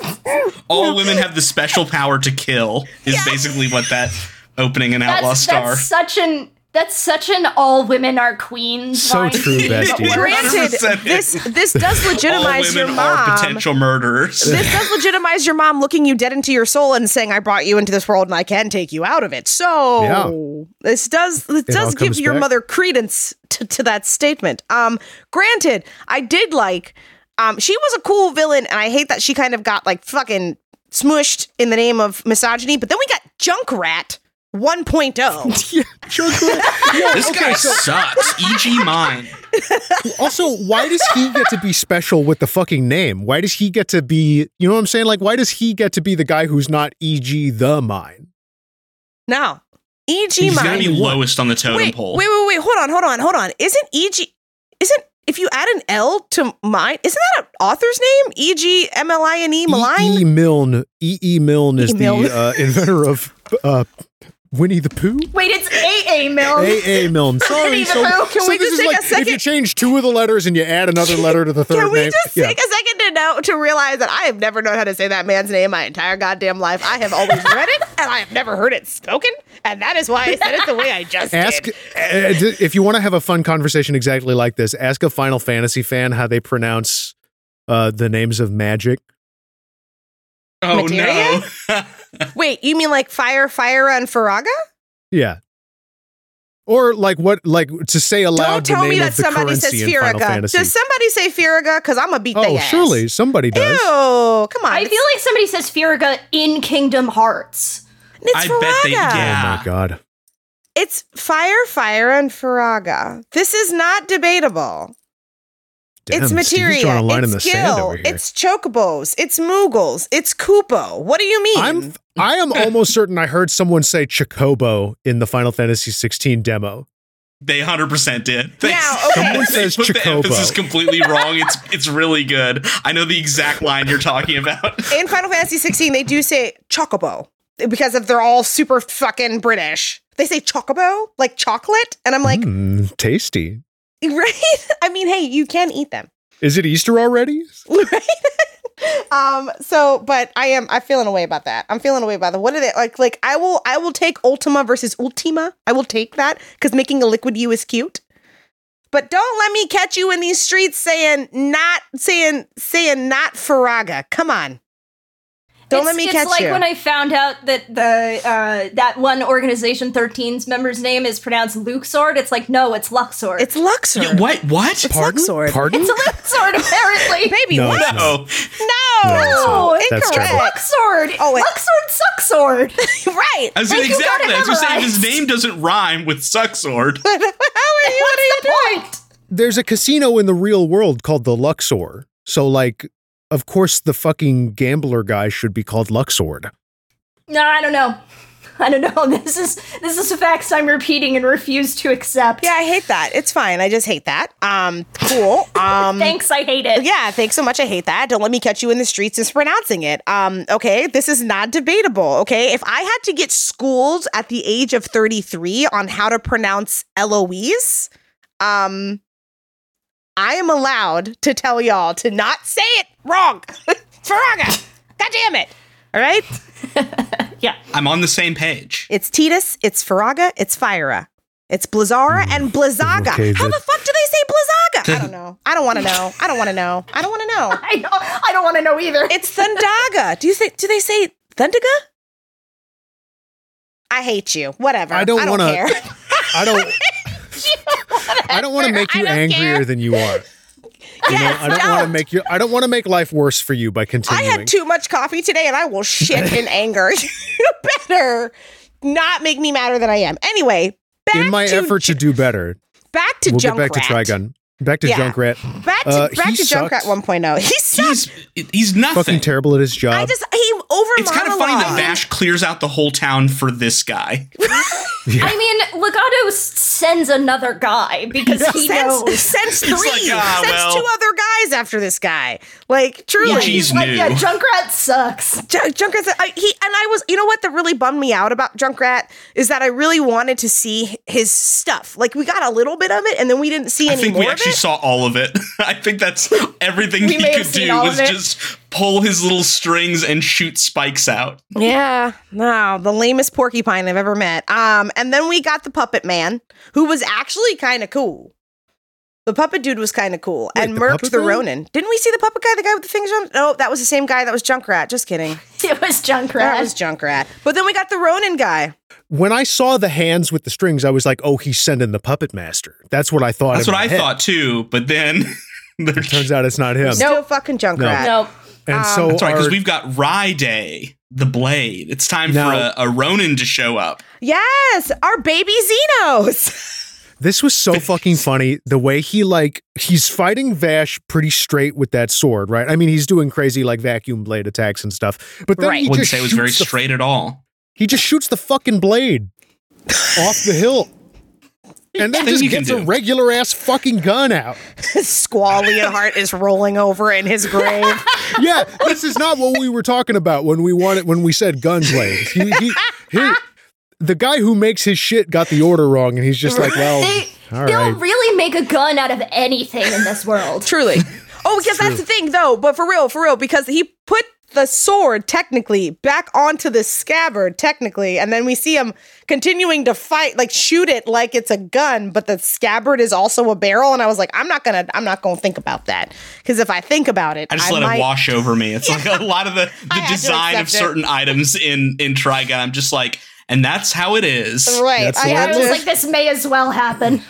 B: All women have the special power to kill is basically what that opening in Outlaw
D: That's,
B: Star.
D: that's such an that's such an all women are queens.
A: So
D: line.
A: true, bestie.
C: Granted,
B: 100%
C: this this does
B: All
C: legitimize your
B: women
C: mom.
B: are potential murderers.
C: this does legitimize your mom looking you dead into your soul and saying, "I brought you into this world and I can take you out of it." So
A: Yeah.
C: this does this
A: It all
C: does give
A: comes
C: your
A: back.
C: mother credence to, to that statement. Um, granted, I did like. Um, she was a cool villain, and I hate that she kind of got like fucking smushed in the name of misogyny. But then we got Junkrat oh. 1.0.
B: This guy sucks. E.g. mine.
C: E
A: Also, why does he get to be special with the fucking name? Why does he get to be, you know what I'm saying? Like, why does he get to be the guy who's not, e.g., the mine?
C: now, E E.G.
B: He's got to
C: Mine.
B: be lowest on the totem
C: wait,
B: pole.
C: Wait, wait, wait. Hold on, hold on, hold on. Isn't EG? Isn't if you add an L to mine? Isn't that an author's name? E G M L I N E
A: E.
C: Malign.
A: E. Milne. E. E. Milne is
C: E. Milne.
A: the uh, inventor of uh, Winnie the Pooh.
D: Wait, it's AA Mill.
A: A. A. Milne. Sorry.
D: Winnie the
A: So,
D: Pooh.
C: Can
A: so
C: we
A: this
C: just
A: is
C: take
A: like
C: a second-
A: if you change two of the letters and you add another letter to the third
C: Can we
A: name.
C: just take a second to know to realize that I have never known how to say that man's name my entire goddamn life? I have always read it and I have never heard it spoken, and that is why I said it the way I just
A: Ask
C: did.
A: uh, d- if you want to have a fun conversation exactly like this. Ask a Final Fantasy fan how they pronounce uh, the names of magic.
B: oh
C: Materia?
B: no.
C: Wait, you mean like fire, fire, and Faraga?
A: Yeah. Or like what? Like to say aloud
C: Don't
A: the
C: tell
A: name
C: me that
A: of the
C: somebody says
A: currency in Final
C: Firaga.
A: Fantasy.
C: Does somebody say Firaga? Because I'm gonna beat
A: oh,
C: their ass.
A: surely somebody
C: Ew!
A: does.
C: Come on.
D: I feel like somebody says Firaga in Kingdom Hearts.
C: It's
B: I bet they-
C: Faraga.
B: yeah.
A: Oh my god!
C: It's fire, fire, and Faraga. This is not debatable.
A: Damn,
C: it's
A: Steve's drawing a
C: materia.
A: line in the
C: It's
A: sand over
C: skill.
A: here.
C: It's chocobos. It's moogles. It's kupo. What do you mean?
A: I'm I am almost certain I heard someone say Chocobo in the Final Fantasy 16 demo.
B: They 100% did. They,
C: Now, okay.
A: Someone says
B: put the
A: Chocobo.
B: emphasis completely wrong. It's it's really good. I know the exact line you're talking about.
C: in Final Fantasy 16, they do say chocobo because if they're all super fucking British. They say chocobo, like chocolate. And I'm like,
A: Mm, tasty.
C: right? I mean, hey, you can eat them.
A: Is it Easter already?
C: right? um. So, but I am. I'm feeling a way about that. I'm feeling a way about that. What are they like? Like, I will. I will take Ultima versus Ultima. I will take that because making a liquid you is cute. But don't let me catch you in these streets saying not saying saying not Faraga. Come on. Don't
D: it's,
C: let me
D: it's
C: catch
D: like
C: you.
D: when I found out that the uh, that one organization 13's member's name is pronounced Luxord. It's like no, it's Luxord.
C: it's Luxor.
B: Yeah, what? What?
C: It's Luxor.
A: Pardon?
D: it's Luxord apparently.
C: Baby,
A: No,
C: what?
A: it's
C: No.
A: not.
B: No.
A: it's
D: No,
A: not. That's terrible.
C: incorrect.
D: Luxord.
C: Oh, it-
D: Luxord Sucksord.
C: right.
B: I was gonna,
D: Like, you got it
B: exactly. I was gonna say if his
D: memorized.
B: name doesn't rhyme with Sucksword.
C: How are you? What are you doing?
D: Point.
A: There's a casino in the real world called the Luxor. So like of course the fucking gambler guy should be called Luxord.
D: No, I don't know. I don't know. This is this is facts I'm repeating and refuse to accept.
C: Yeah, I hate that. It's fine. I just hate that. Um, cool. Um,
D: Thanks, I hate it.
C: Yeah, thanks so much. I hate that. Don't let me catch you in the streets mispronouncing it. Um, okay, this is not debatable. Okay, if I had to get schooled at the age of 33 on how to pronounce Eloise, um, I am allowed to tell y'all to not say it wrong. Faraga. God damn it. All right.
G: Yeah.
B: I'm on the same page.
C: It's Titus, it's Faraga, it's Fyra. It's Blazara and Blazaga.
A: okay,
C: How
A: that-
C: the fuck do they say Blazaga? I don't know. I don't want to know. I don't want to know. I don't want to know.
E: I don't, I don't want to know either.
C: It's Thundaga. Do you think? Do they say Thundaga? I hate you. Whatever.
A: I don't
C: want
A: wanna-
C: to.
A: I don't. I don't want to make you angrier than you are. You know, I don't want to make you. I don't want to make life worse for you by
C: I
A: continuing.
C: had too much coffee today, and I will shit in anger. you better not make me madder than I am. Anyway, back
A: In my
C: to
A: effort to do better,
C: back to
A: we'll get
C: junk
A: back
C: rat.
A: to Trigun. Back to
C: Yeah.
A: Junkrat.
C: Back to
A: Uh,
C: back
A: he
C: to junk rat
A: sucked.
C: 1.0. He sucked.
B: He's he's nothing.
A: Fucking terrible at his
C: I
A: job.
C: just he over
B: It's kind of funny that Vash clears out the whole town for this guy.
D: I mean, Legato s- sends another guy because he
C: Sense,
D: knows.
C: sense three,
B: like, ah,
C: sense
B: well.
C: two other guys after this guy. Like truly,
B: Yeah, He's
E: like,
B: new.
E: yeah, Junkrat sucks.
C: Junk, Junkrat's I, he and I was you know what that really bummed me out about Junkrat is that I really wanted to see his stuff. Like we got a little bit of it and then we didn't see
B: I
C: any
B: think
C: more
B: we actually
C: of it.
B: saw all of it. I think that's everything he
E: may have
B: could
E: seen
B: do
E: all
B: was
E: of it.
B: just pull his little strings and shoot spikes out.
C: yeah, no, the lamest porcupine I've ever met. Um, and then we got the puppet man who was actually kind of cool. The puppet dude was kind of cool
A: Wait,
C: and
A: the
C: merked
A: puppet
C: the
A: guy?
C: Ronin. Didn't we see the puppet guy, the guy with the things on? No, that was the same guy that was Junkrat. Just kidding.
E: It was
C: That
E: Junkrat.
C: was Junkrat. But then we got the Ronin guy.
A: when I saw the hands with the strings, I was like, "Oh, he's sending the puppet master." That's what I thought.
B: That's
A: in
B: what
A: my
B: I
A: head.
B: thought too, but then
A: Turns out it's not him.
C: Still fucking Junkrat.
D: Nope.
A: And so
B: That's right,
A: our-
B: because we've got Rye Day, the Blade. It's time
A: No.
B: for a, a Ronin to show up.
C: Yes, our baby Xenos.
A: This was so fucking funny. The way he like he's fighting Vash pretty straight with that sword, right? I mean, he's doing crazy like vacuum blade attacks and stuff. But then
C: Right.
A: he
B: Wouldn't
A: just
B: say it was
A: shoots
B: very
A: the-
B: straight at all.
A: He just shoots the fucking blade off the hill, and then
B: Thing
A: just
B: you can
A: gets a
B: do.
A: regular ass fucking gun out.
C: Squally at heart is rolling over in his grave.
A: Yeah, this is not what we were talking about when we wanted when we said gun blade. He, he, he, the guy who makes his shit got the order wrong, and he's just like, well,
D: They,
A: all
D: they'll
A: right.
D: really make a gun out of anything in this world.
C: Truly. Oh, because that's the thing though, but for real, for real, because he put the sword technically back onto the scabbard, technically, and then we see him continuing to fight, like shoot it like it's a gun, but the scabbard is also a barrel. And I was like, I'm not gonna I'm not gonna think about that. Because if I think about it,
B: I just let
C: might-
B: it wash over me. It's like a lot of the,
C: I
B: the
C: had to
B: design of
C: accept it.
B: certain items in in Trigun. I'm just like, and that's how it is.
C: Right.
A: That's
C: I
A: the way
C: had
D: I
A: it
D: was
C: to
D: like, this may as well happen.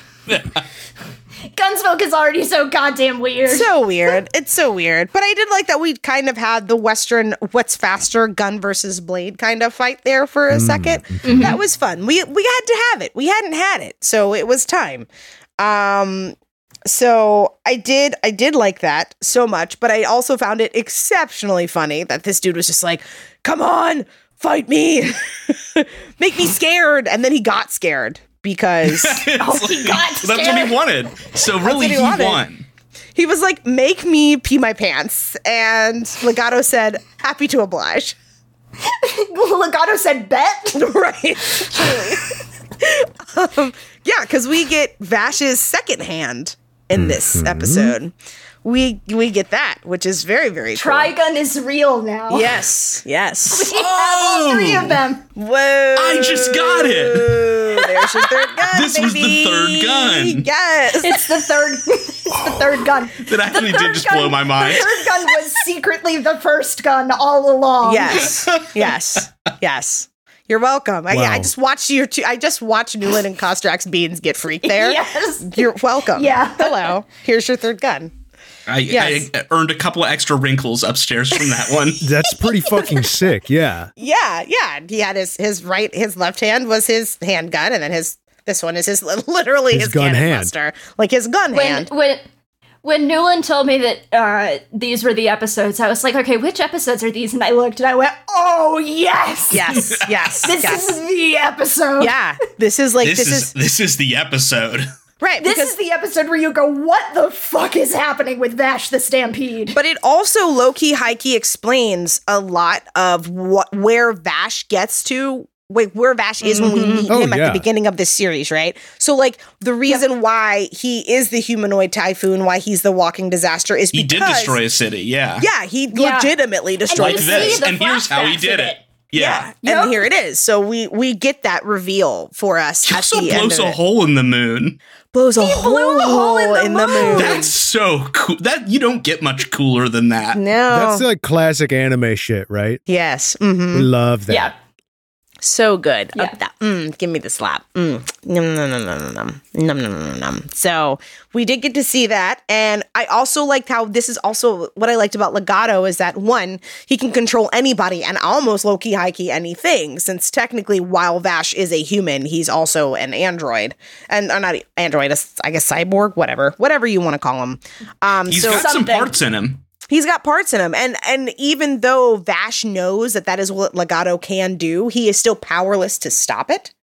D: Gunsmoke is already so goddamn weird.
C: so weird. It's so weird. But I did like that we kind of had the Western what's faster gun versus blade kind of fight there for a 2nd That was fun. We we had to have it. We hadn't had it, so it was time. Um so I did I did like that so much, but I also found it exceptionally funny that this dude was just like, "Come on, fight me. Make me scared." And then he got scared because
B: It's like, that's what he wanted. So really,
C: he
B: he,
C: wanted.
B: won.
C: He was like, make me pee my pants. And Legato said, happy to oblige.
E: Legato said, bet.
C: right. Truly. um, yeah, because we get Vash's second hand in
B: Mm-hmm.
C: this episode. We we get that, which is very, very cool.
E: Trigun is real now.
C: Yes. Yes.
E: We have all three of them.
C: Whoa. I
B: Oh, just got it.
C: There's your third gun.
B: This was the
C: baby.
B: third gun.
C: Yes.
E: It's the third. it's the third gun.
B: That actually did
E: third
B: just
E: gun-
B: blow my mind.
E: The third gun was secretly the first gun all along.
C: Yes. Yes. Yes. You're welcome. I,
A: Wow.
C: I just watched your two. I just watched Newland and Kostrax Beans get freaked there.
E: Yes.
C: You're welcome.
E: Yeah.
C: Hello. Here's your third gun.
B: I,
C: Yes.
B: I earned a couple of extra wrinkles upstairs from that one.
A: That's pretty fucking sick. Yeah.
C: Yeah. Yeah. He had his his right his left hand was his handgun, and then his this one is his literally his,
A: His gun
C: cannon
A: hand.
C: Buster, like his gun
D: When,
C: hand.
D: when, when Newland told me that uh, these were the episodes, I was like, okay, which episodes are these? And I looked and I went,
E: Oh yes.
C: Yes. Yes.
E: This
C: yes.
E: is the episode.
C: yeah. This is like
B: This,
C: this,
B: is,
C: is,
B: this is the episode.
C: right.
E: This
C: because
E: is the episode where you go, what the fuck is happening with Vash the Stampede?
C: But it also low key high key explains a lot of what where Vash gets to. Wait, where Vash is when
D: Mm-hmm.
C: we meet
A: Oh,
C: him at
A: yeah.
C: the beginning of this series, right? So, like, the reason why he is the humanoid typhoon, why he's the walking disaster, is
B: He
C: because
B: did destroy a city. Yeah.
C: Yeah, he legitimately destroyed.
B: Like
D: you
C: the
D: see
B: this.
D: the
B: And here's how he
D: flashbacks
B: did
D: of
B: it. Yeah.
D: Yep.
C: And here it is. So we we get that reveal for us.
B: She
C: at
B: also
C: the end
B: blows
C: of
B: a
C: it.
B: hole in the moon.
C: Blows a hole,
D: blew a hole in the
C: in the moon.
D: moon.
B: That's so cool. That you don't get much cooler than that.
C: no.
A: That's like classic anime shit, right?
C: yes. hmm
A: We love that.
D: Yeah.
C: So good.
D: Yeah.
C: Up that. Mm, give me the slap. Mm. Nom, nom, nom, nom, nom, nom. Nom, nom, nom, nom. So we did get to see that. And I also liked how this is also what I liked about Legato is that one, he can control anybody and almost low key, high key anything, since technically, while Vash is a human, he's also an android. And or not e-, android, a s- I guess cyborg, whatever, whatever you want to call him. Um,
B: He's
C: so
B: got some
D: Something.
B: parts in him.
C: He's got parts in him, and and even though Vash knows that that is what Legato can do, he is still powerless to stop it.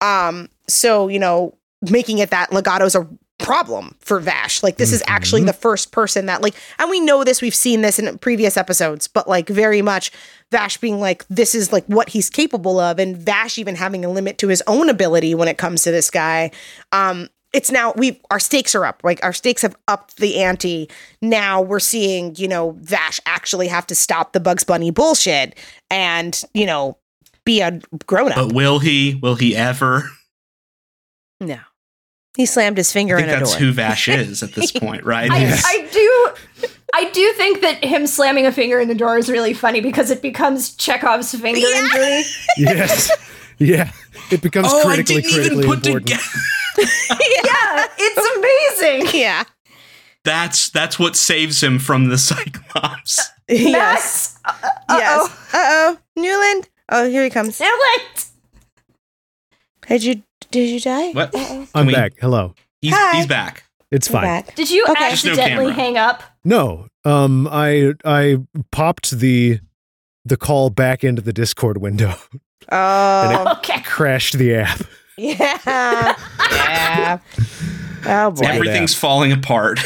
C: Um, so you know, making it that Legato's a problem for Vash. Like this is actually the first person that like, and we know this, we've seen this in previous episodes, but like very much Vash being like, this is like what he's capable of, and Vash even having a limit to his own ability when it comes to this guy. Um, it's now we our stakes are up like our stakes have upped the ante now we're seeing you know vash actually have to stop the bugs bunny bullshit and you know be a grown up
B: But will he? Will he ever?
C: no he slammed his finger
B: I
C: in
B: think
C: a
B: that's
C: door
B: who Vash is at this point, right?
D: I, I do I do think that him slamming a finger in the door is really funny because it becomes Chekhov's finger injury.
A: Yes. yeah. It becomes
B: oh, I
A: critically,
B: didn't even
A: critically
B: put
A: important.
B: together.
D: Yeah, it's amazing.
C: yeah
B: That's that's what saves him from the Cyclops.
C: yes
D: Max,
C: yes uh-oh newland oh here he comes
D: now what?
C: did you did you die
B: What?
A: I'm
B: Can we-
A: back. Hello.
B: He's,
C: Hi.
B: he's back.
A: It's
C: You're
A: fine.
C: back.
D: Did you
C: Okay.
B: There's no
D: accidentally
B: camera.
D: hang up?
A: No. Um I I popped the the call back into the Discord window.
C: oh
D: Okay.
A: Crashed the app.
C: yeah yeah oh boy
A: Every-
B: Everything's falling apart.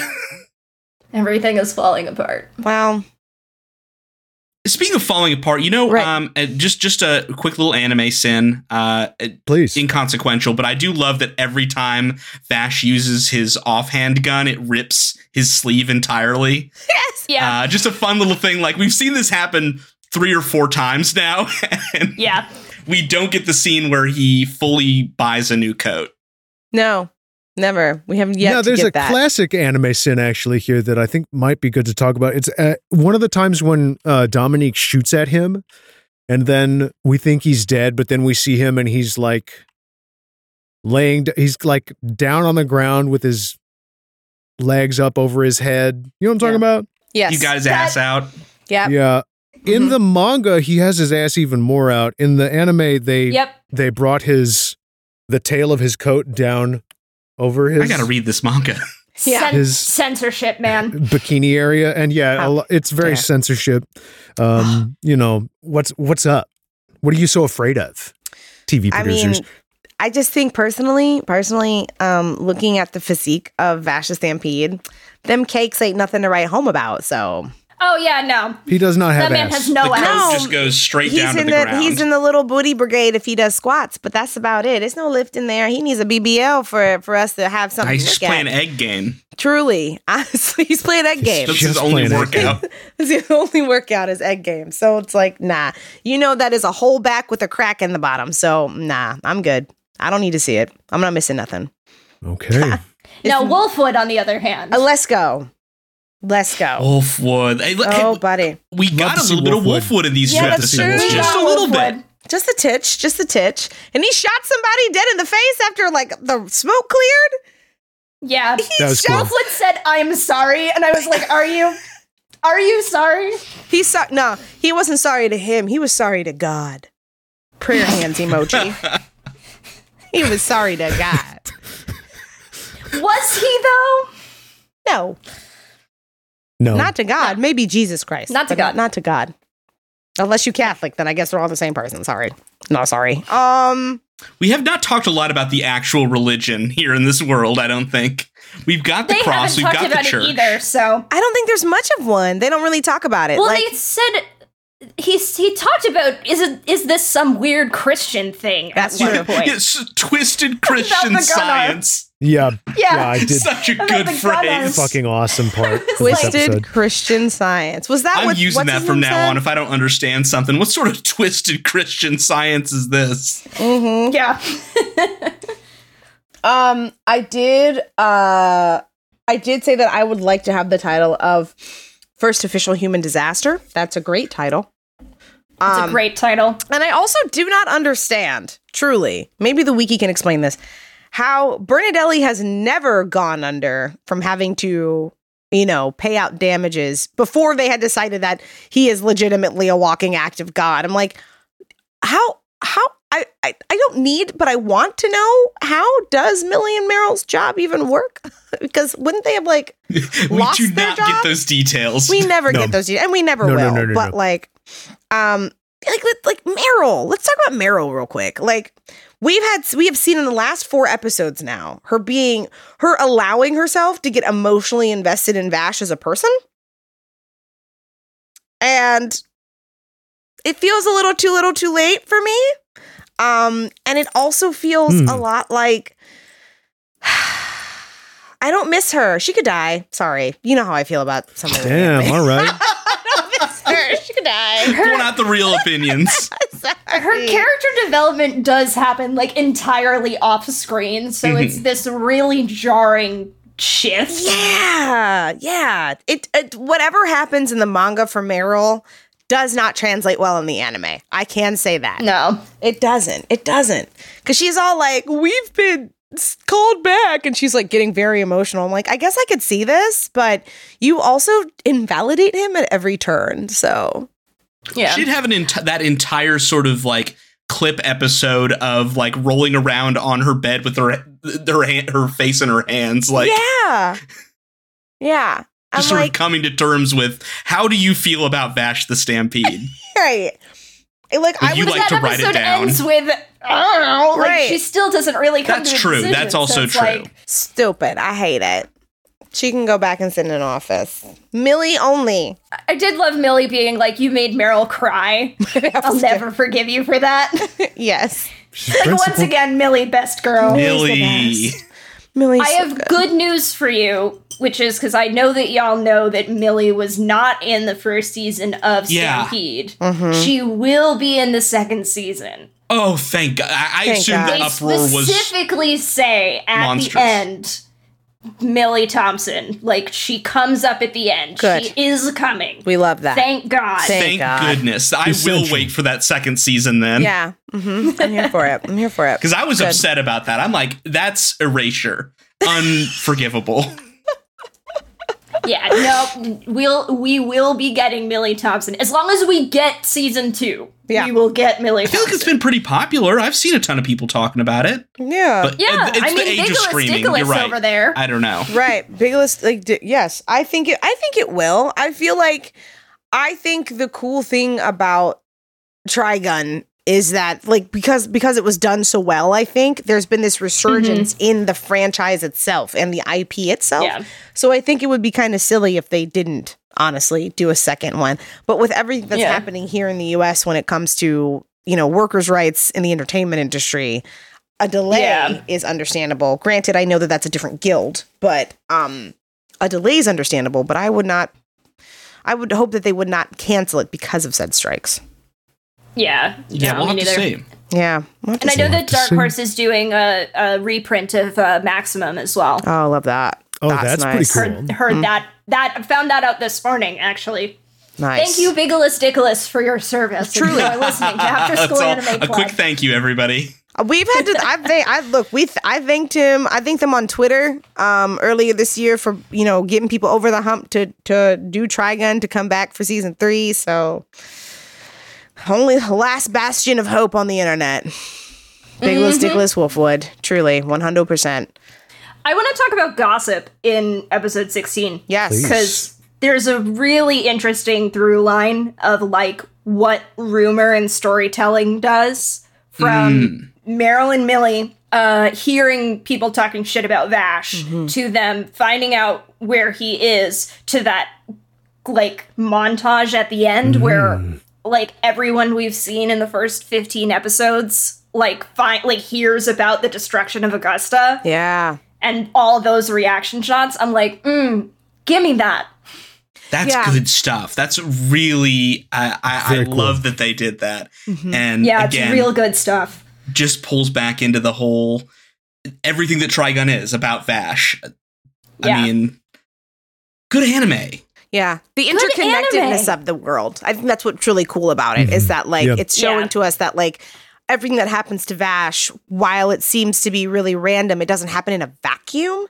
D: Everything is falling apart.
C: well
B: Speaking of falling apart, you know,
C: Right.
B: um, uh, just just a quick little anime sin. Uh,
A: Please.
B: inconsequential, but I do love that every time Vash uses his offhand gun, it rips his sleeve entirely.
C: yes
D: Yeah.
B: Uh, just a fun little thing. Like we've seen this happen three or four times now, and
D: yeah.
B: we don't get the scene where he fully buys a new coat.
C: no never we haven't yet
A: now,
C: to
A: there's
C: get
A: a
C: that
A: classic anime sin actually here that I think might be good to talk about. It's uh, one of the times when uh, Dominique shoots at him, and then we think he's dead, but then we see him and he's like laying, d- he's like down on the ground with his legs up over his head. You know what I'm talking about?
C: yes
B: He got his
D: That-
B: ass out.
C: Yep.
A: Yeah. In
C: Mhm.
A: the manga, he has his ass even more out. In the anime, they
D: Yep.
A: they brought his the tail of his coat down over his
B: I gotta read this manga.
C: Yeah.
D: Cen-
A: His-
D: censorship, man.
A: bikini area and yeah a
C: How
A: lo- it's very
C: dare.
A: censorship um you know what's what's up what are you so afraid of tv
C: I
A: producers
C: mean, I just think personally, personally, um, looking at the physique of Vash the Stampede, them cakes ain't nothing to write home about. So
D: Oh yeah, no.
A: he does not have
D: That man
A: ass
D: has no
B: the coat
D: ass.
C: No.
B: just goes straight
C: he's
B: down to
C: in
B: the,
C: the,
B: ground.
C: he's in the little booty brigade if he does squats, but that's about it. There's no lift in there. He needs a BBL for for us to have something.
B: He's
C: to
B: just
C: look
B: playing
C: at.
B: egg game.
C: Truly, honestly, he's playing egg game.
B: That's
A: Just
B: his only
A: playing egg game.
B: workout.
C: That's the only workout is egg game. So it's like, nah. You know that is a whole back with a crack in the bottom. So nah, I'm good. I don't need to see it. I'm not missing nothing.
A: okay
D: Now Wolfwood, on the other hand,
C: Uh, let's go. Let's go.
B: Wolfwood. Hey, look, hey,
C: Oh, buddy.
B: we got
A: to
B: a
A: see
B: little bit of
A: Wolfwood.
B: Wolfwood in these
C: Yeah,
B: two
C: that's
B: episodes.
C: true.
B: Just
D: Yeah,
B: a little
D: Wolfwood.
B: bit.
C: Just a titch, just a titch. And he shot somebody dead in the face after like the smoke cleared.
D: yeah,
A: that was cool
D: Wolfwood said, "I'm sorry," and I was like, "Are you? Are you sorry?"
C: He so- no, he wasn't sorry to him. He was sorry to God. Prayer hands emoji. he was sorry to God.
D: Was he though?
C: No,
A: no
C: not to God. Maybe Jesus Christ.
D: Not to
C: but
D: God.
C: Not to God. Unless you Catholic, then I guess we're all the same person. Sorry. No, sorry. Um,
B: We have not talked a lot about the actual religion here in this world, I don't think. We've got the
D: They
B: cross,
D: haven't
B: we've
D: talked
B: got the
D: about it
B: church.
D: either. So,
C: I don't think there's much of one. They don't really talk about it.
D: well,
C: like,
D: they said he he talked about is it is this some weird Christian thing
C: That's
D: at
C: true.
D: one point?
B: Yes, twisted Christian
D: Without the gunner.
B: science.
A: Yeah,
D: Yeah.
A: I did.
B: Such a
D: About
B: good
D: the gun arm.
B: phrase.
A: Fucking awesome part. of this
C: Twisted
A: episode.
C: Christian Science. Was that
B: I'm
C: what
B: using
C: what's
B: that
C: his
B: from
C: name
B: now on.
C: said?
B: If I don't understand something, what sort of twisted Christian science is this?
D: Yeah.
G: Um, I did. Uh, I did say that I would like to have the title of
C: First official human disaster. That's a great title.
D: It's a great title.
C: And I also do not understand, truly, maybe the wiki can explain this, how Bernadelli has never gone under from having to, you know, pay out damages before they had decided that he is legitimately a walking act of God. I'm like, how, how, I, I, I don't need, but I want to know how does Millie and Merrill's job even work? because wouldn't they have like,
B: We
C: Lost
B: do
C: their
B: not
C: job?
B: get those details.
C: we never
A: No.
C: get those, and we never
A: No,
C: will.
A: no, no, no,
C: but
A: no.
C: like, um, like let- like Meryl. Let's talk about Meryl real quick. Like we've had we have seen in the last four episodes now her being her allowing herself to get emotionally invested in Vash as a person, and it feels a little too little too late for me. Um, and it also feels
A: Hmm.
C: a lot like. I don't miss her. She could die. Sorry. You know how I feel about someone. like that.
A: Damn. All right.
F: she could die.
B: Throwing out the real opinions.
D: Her character development does happen like entirely off screen, so
B: Mm-hmm.
D: it's this really jarring shift.
C: Yeah, yeah. It, it whatever happens in the manga for Meryl does not translate well in the anime. I can say that.
D: No.
C: It doesn't. It doesn't. Cuz she's all like, "We've been s- called back." And she's like getting very emotional. I'm like, "I guess I could see this, but you also invalidate him at every turn." So,
D: Yeah.
B: She'd have an enti- that entire sort of like clip episode of like rolling around on her bed with her her hand, her face in her hands, like
C: yeah. Yeah. I'm
B: just sort
C: like,
B: of coming to terms with how do you feel about Vash the Stampede?
C: right. Like I
B: Would you
C: would
B: like to write it
D: episode
B: down?
D: ends with I don't know, like
C: Right.
D: she still doesn't really come
B: That's
D: to a
B: true.
D: decision,
B: That's
D: so
B: also
D: it's
B: true.
D: like-
C: Stupid. I hate it. She can go back and sit in an office. Millie only.
D: I did love Millie being like, "You made Meryl cry. I'll never forgive you for that."
C: Yes.
A: She's
D: like once
A: principal.
D: again, Millie, best girl.
B: Millie,
C: Millie's
D: I have good. news for you, which is because I know that y'all know that Millie was not in the first season of
B: Yeah.
D: Stampede.
C: Mm-hmm.
D: She will be in the second season.
B: oh thank God! I, I
C: Thank
B: assume
C: God.
B: the
D: They
B: uproar was
D: specifically say at
B: monstrous.
D: the end, Millie Thompson. Like she comes up at the end.
C: Good.
D: She is coming.
C: we love that.
D: Thank God.
B: Thank
C: Thank God.
B: goodness. I will
A: Essential.
B: wait for that second season then.
C: yeah. hmm I'm here for it. I'm here for it.
B: Because I was upset about that. I'm like, that's erasure. Unforgivable.
D: yeah, no, we'll we will be getting Millie Thompson as long as we get season two.
C: Yeah.
D: we will get Millie.
B: I feel like it's
D: Thompson.
B: been pretty popular. I've seen a ton of people talking about it.
C: Yeah.
B: But
D: yeah,
B: it- it's
D: I
B: the
D: mean,
B: age of
D: Nicholas
B: streaming. You're
D: Nicholas
B: right.
D: over there.
B: I don't know.
C: right. Biggest like d- yes. I think it I think it will. I feel like I think the cool thing about Trigun is that like because because it was done so well, I think there's been this resurgence in the franchise itself and the IP itself.
D: Mm-hmm. Yeah.
C: So I think it would be kind of silly if they didn't honestly do a second one. But with everything that's
D: Yeah.
C: happening here in the US when it comes to, you know, workers' rights in the entertainment industry, a delay
D: Yeah.
C: is understandable. Granted, I know that that's a different guild, but um a delay is understandable, but I would not I would hope that they would not cancel it because of said strikes.
D: yeah,
B: Yeah,
D: no,
B: we'll
D: me
B: have to
D: neither.
B: see.
C: Yeah. We'll have to
D: And I
C: see.
D: know that
A: to
D: Dark
A: see.
D: Horse is doing a, a reprint of uh, Maximum as well.
C: Oh, I love that.
A: Oh, that's pretty
C: nice.
A: cool.
D: Heard, heard that that found that out this morning actually.
C: Nice.
D: Thank you, Bigalus Dickalus, for your service. Truly, and for listening to After
B: That's
D: School
B: all.
D: Anime
B: A
D: Club.
B: quick thank you, everybody.
C: We've had to. I think I look. We th- I thanked him. I thanked him on Twitter um, earlier this year for you know getting people over the hump to to do Trigun to come back for season three. So only the last bastion of hope on the internet. Big Liz Dickless Wolfwood, truly one hundred percent.
D: I want to talk about gossip in episode sixteen.
C: Yes. Please.
D: because there's a really interesting through line of like what rumor and storytelling does
C: Mm-hmm.
D: from Marilyn Millie uh, hearing people talking shit about Vash
C: Mm-hmm.
D: to them finding out where he is to that like montage at the end
C: Mm-hmm.
D: where like everyone we've seen in the first 15 episodes like find like hears about the destruction of Augusta
C: Yeah,
D: and all those reaction shots, I'm like, mm, give me that.
B: That's
C: Yeah.
B: good stuff. That's really I I, I
A: Very cool.
B: love that they did that. And
D: Mm-hmm. Yeah,
B: again,
D: it's real good stuff.
B: just pulls back into the whole everything that Trigun is about Vash. I
D: Yeah.
B: mean, good anime.
C: Yeah, the interconnectedness
D: anime.
C: of the world. I think that's what's really cool about it is that like
A: Yep.
C: it's showing
D: Yeah.
C: to us that like everything that happens to Vash, while it seems to be really random, it doesn't happen in a vacuum.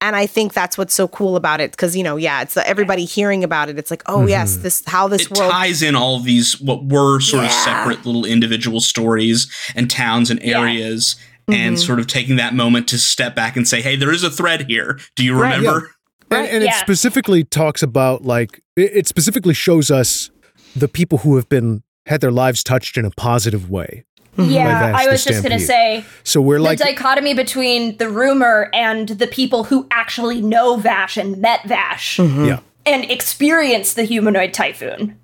C: And I think that's what's so cool about it because you know, yeah, it's the, everybody hearing about it. It's like, oh yes, this how this
B: It
C: world.
B: ties in all these what were sort of
C: Yeah.
B: separate little individual stories and towns and areas.
C: Mm-hmm.
B: And sort of taking that moment to step back and say, "Hey, there is a thread here. Do you
A: Right.
B: remember?"
A: and, and it
D: yeah.
A: specifically talks about like it, it specifically shows us the people who have been had their lives touched in a positive way.
D: Yeah,
A: Vash
D: I
A: the
D: was just gonna say
A: So we're like
D: the dichotomy between the rumor and the people who actually know Vash and met Vash
A: yeah.
D: and experienced the humanoid typhoon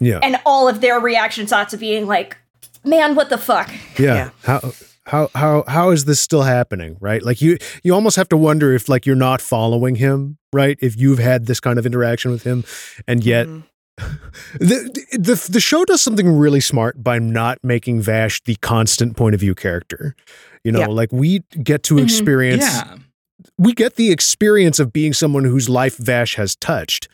A: Yeah.
D: and all of their reaction shots of being like, man, what the fuck?
A: yeah.
C: Yeah.
A: How how how how is this still happening, right? Like you you almost have to wonder if like you're not following him, right? If you've had this kind of interaction with him and yet the, the the show does something really smart by not making Vash the constant point of view character. You know,
C: Yeah.
A: like we get to experience
B: yeah,
A: we get the experience of being someone whose life Vash has touched.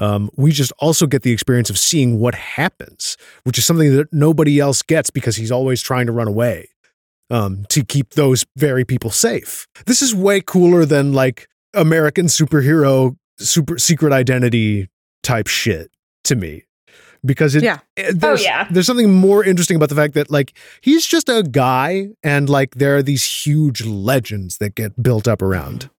A: Um, we just also get the experience of seeing what happens, which is something that nobody else gets because he's always trying to run away um, to keep those very people safe. This is way cooler than like American superhero super secret identity type shit to me because it,
C: Yeah.
A: it- there's,
D: yeah.
A: there's something more interesting about the fact that like he's just a guy and like there are these huge legends that get built up around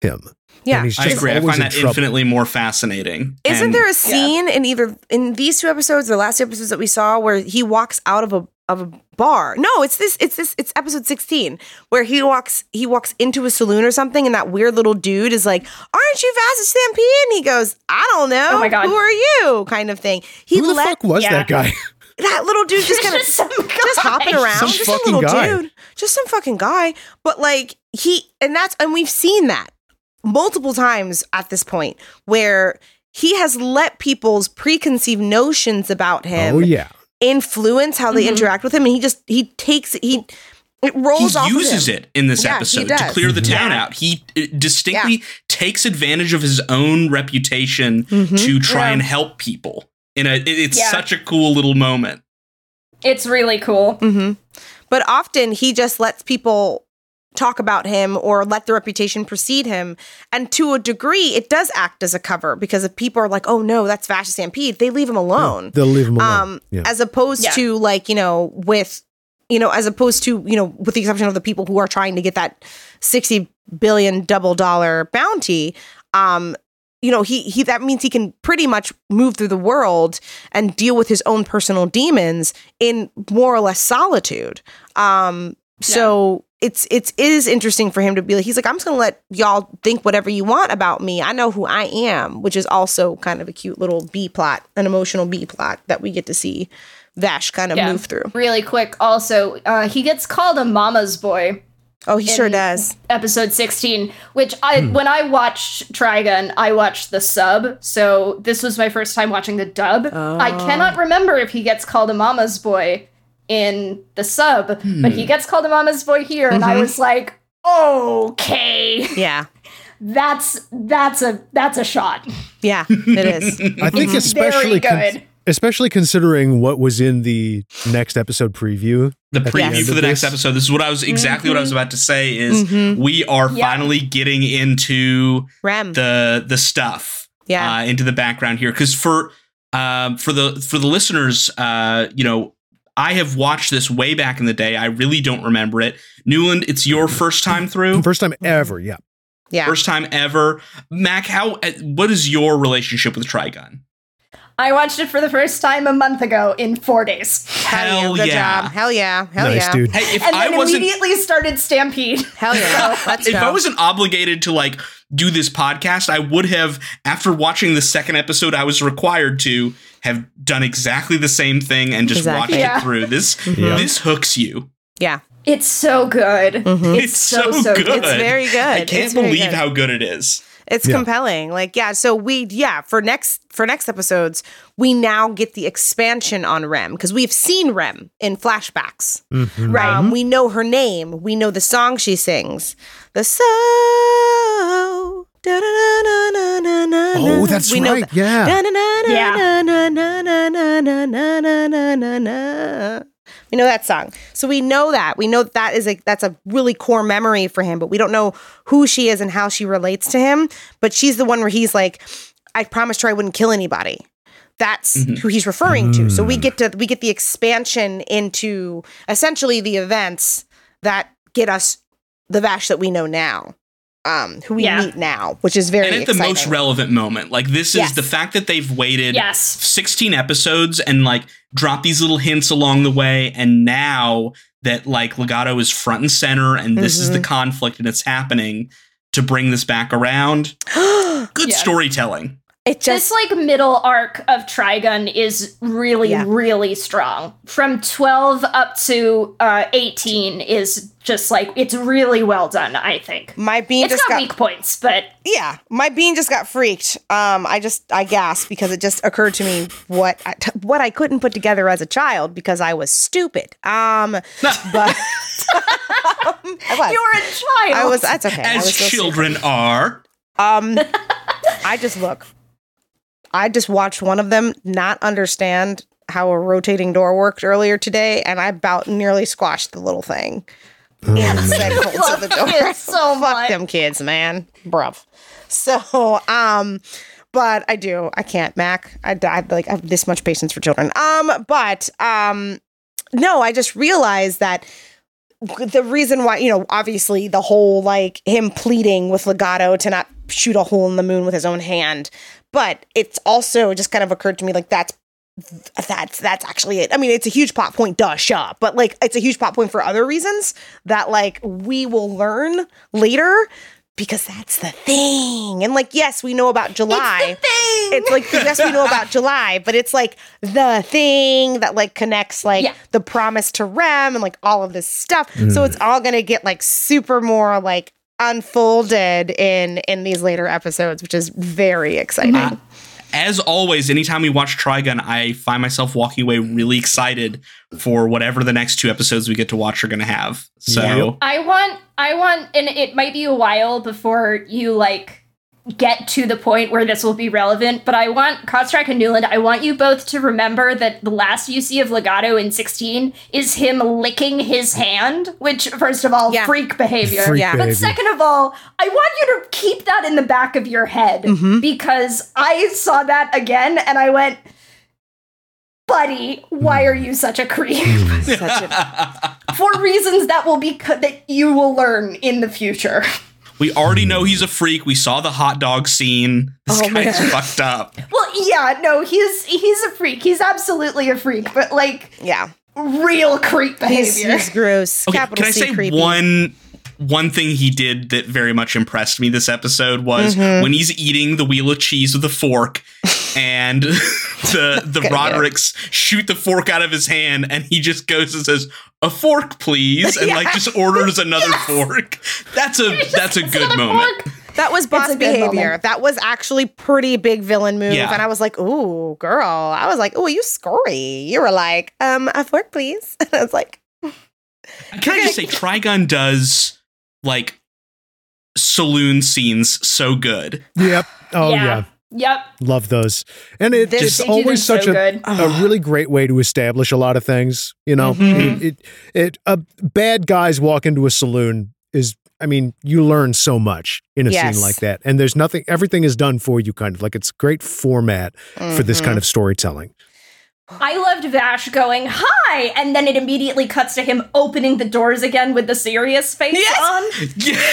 A: him.
C: Yeah.
A: and he's
B: I
A: just
B: agree. I
A: always
B: find
A: in
B: that
A: trouble.
B: infinitely more fascinating.
C: Isn't
B: And-
C: there a scene in either in these two episodes, the last two episodes that we saw, where he walks out of a of a bar? No, it's this, it's this, it's episode sixteen where he walks he walks into a saloon or something, and that weird little dude is like, "Aren't you fast as Stampede?" And he goes, "I don't know.
D: Oh my God.
C: Who are you?" Kind of thing. He
A: Who the
C: let
A: fuck was
D: yeah.
A: that guy?
C: that little dude just kind of
D: Just some
C: just
D: guy.
C: hopping around,
A: Some
C: just
A: fucking
C: a little
A: guy.
C: dude, just some fucking guy. But like he, and that's, and we've seen that multiple times at this point, where he has let people's preconceived notions about him
A: oh yeah.
C: influence how
D: Mm-hmm.
C: they interact with him, and he just he takes he it rolls
B: he
C: off
B: uses
C: of him.
B: it in this
C: Yeah, he
B: episode to
C: does.
B: clear the town out. He uh, distinctly takes advantage of his own reputation
C: Mm-hmm.
B: to try and help people. In a, it- it's
D: Yeah.
B: such a cool little moment.
D: It's really cool.
C: Mm-hmm. But often he just lets people talk about him or let the reputation precede him. And to a degree, it does act as a cover because if people are like, oh no, that's Fascist Stampede, they leave him alone.
A: They'll leave him alone.
C: um
A: yeah.
C: as opposed
D: Yeah.
C: to like you know with you know as opposed to you know with the exception of the people who are trying to get that 60 billion double dollar bounty um you know he he that means he can pretty much move through the world and deal with his own personal demons in more or less solitude um so it's it's it is interesting for him to be like he's like I'm just gonna let y'all think whatever you want about me. I know who I am, which is also kind of a cute little B plot, an emotional B plot that we get to see Vash kind of
D: Yeah.
C: move through.
D: Really quick, also, uh, he gets called a mama's boy.
C: Oh, he sure
D: And-
C: does.
D: episode 16 which i when i watched trigun i watched the sub so this was my first time watching the dub i cannot remember if he gets called a mama's boy in the sub but he gets called a mama's boy here and i was like okay
C: Yeah,
D: that's that's a that's a shot
C: yeah, it is.
A: I think especially con-
D: good.
A: especially considering what was in the next episode preview.
B: The
A: the
B: preview
A: end
B: for
A: of
B: the next
A: this.
B: episode. This is what I was exactly
C: Mm-hmm.
B: what I was about to say. Is we are
D: Mm-hmm. Yeah. Mm-hmm.
B: finally getting into
C: Rem.
B: the the stuff
C: Yeah.
B: uh, into the background here because for um, for the for the listeners uh, you know I have watched this way back in the day I really don't remember it Newland it's your first time through
A: First time ever, yeah.
C: yeah.
B: first time ever Mac how uh, what is your relationship with Trigun
D: i watched it for the first time a month ago in four days
C: Hell
B: hell
C: yeah. Good
B: yeah.
C: job. Hell yeah. Hell
A: nice
C: Oh, yeah.
A: dude.
B: hey if
D: and
B: I
D: then
B: wasn't
D: immediately started stampede
C: Hell yeah. Let's
B: if I
C: go.
B: wasn't obligated to like do this podcast, I would have, after watching the second episode, I was required to have done exactly the same thing and just
C: Exactly.
B: watched
D: Yeah.
B: it through. This
A: Yeah.
B: this hooks you.
C: yeah.
D: It's so good. It's, so, so, good.
C: It's very good.
B: I can't
C: It's very
B: believe
C: good.
B: how good it is.
C: It's
A: Yeah.
C: compelling. Like, yeah, so we yeah, for next for next episodes, we now get the expansion on Rem because we've seen Rem in flashbacks. Right.
A: Mm-hmm.
C: Um, we know her name. We know the song she sings. The so
A: Oh,
C: Oh,
A: that's
C: we
A: right. Yeah.
C: Yeah. We know that song. So we know that. We know that is a that's a really core memory for him, but we don't know who she is and how she relates to him. But she's the one where he's like, I promised her I wouldn't kill anybody. That's
B: Mm-hmm.
C: who he's referring to. So we
B: Mm.
C: get to we get the expansion into essentially the events that get us the Vash that we know now. Um, who we
D: Yeah.
C: meet now, which is very
B: and at the
C: exciting.
B: most relevant moment. Like this is
C: Yes.
B: the fact that they've waited
D: Yes.
B: 16 episodes and like dropped these little hints along the way and now that like Legato is front and center and this is the conflict and it's happening to bring this back around. Good storytelling.
C: it just
D: this like middle arc of Trigun is really,
C: Yeah.
D: really strong. From twelve up to uh, eighteen is just like it's really well done. I think
C: my bean
D: it's
C: just
D: got
C: got
D: weak points, but
C: yeah my bean just got freaked um i just i gasped because it just occurred to me what I, what i couldn't put together as a child because i was stupid um but I was.
D: you're a child.
C: I was that's okay I
B: As
C: was still stupid.
B: children are.
C: um i just look i just watched one of them not understand how a rotating door worked earlier today and i about nearly squashed the little thing and set bolts of the door
D: so
C: fuck them kids, man. Bruv. So, um, but I do. I can't, Mac. I, I like I have this much patience for children. Um, but um, no, I just realized that the reason why, you know, obviously the whole like him pleading with Legato to not shoot a hole in the moon with his own hand, but it's also just kind of occurred to me like that's that's that's actually it. I mean, it's a huge plot point, duh, sure, but like it's a huge plot point for other reasons that like we will learn later because that's the thing. And like, yes, we know about July. It's like yes, we know about July, but it's like the thing that like connects like
D: Yeah.
C: the promise to Rem and like all of this stuff.
B: Mm.
C: So it's all gonna get like super more like unfolded in in these later episodes, which is very exciting.
B: As always, anytime we watch Trigun, I find myself walking away really excited for whatever the next two episodes we get to watch are going to have. So,
A: Yep.
D: I want, I want, and it might be a while before you like get to the point where this will be relevant. But I want Kostrack and Newland. I want you both to remember that the last you see of Legato in sixteen is him licking his hand, which, first of all,
C: Yeah.
D: freak behavior.
A: Freak
C: Yeah. But
A: baby.
D: But second of all, I want you to keep that in the back of your head
C: Mm-hmm.
D: because I saw that again and I went, buddy, why are you such a creep? For reasons that will be co- that you will learn in the future.
B: We already know he's a freak. We saw the hot dog scene. This guy's fucked up.
D: Well, yeah, no, he's he's a freak. He's absolutely a freak, but like
C: Yeah.
D: real creep
C: He's,
D: behavior.
C: he's gross.
B: Okay,
C: Capital
B: can I
C: C
B: say
C: creepy.
B: one one thing he did that very much impressed me this episode was
D: Mm-hmm.
B: when he's eating the wheel of cheese with a fork and the the Rodericks shoot the fork out of his hand and he just goes and says a fork please and like just orders another fork. That's a that's a good moment.
C: That was boss
D: a good
C: behavior.
D: moment.
C: That was actually pretty big villain move.
B: Yeah.
C: And I was like, ooh, girl. I was like, ooh, you scurry. You were like, um, a fork, please. And I was like,
B: Can I just say Trigun does like saloon scenes so good.
A: Yep. Oh yeah.
D: Yep.
A: Love those. And it, it's
C: This-
D: They do them
A: always such
D: so
A: a,
D: good.
A: a really great way to establish a lot of things. You know,
C: Mm-hmm.
B: Mhm.
A: it, it, it uh, bad guys walk into a saloon is. I mean, you learn so much in a
C: Yes.
A: scene like that, and there's nothing. Everything is done for you, kind of like it's great format for this
C: Mm-hmm.
A: kind of storytelling.
D: I loved Vash going, hi, and then it immediately cuts to him opening the doors again with the serious face on.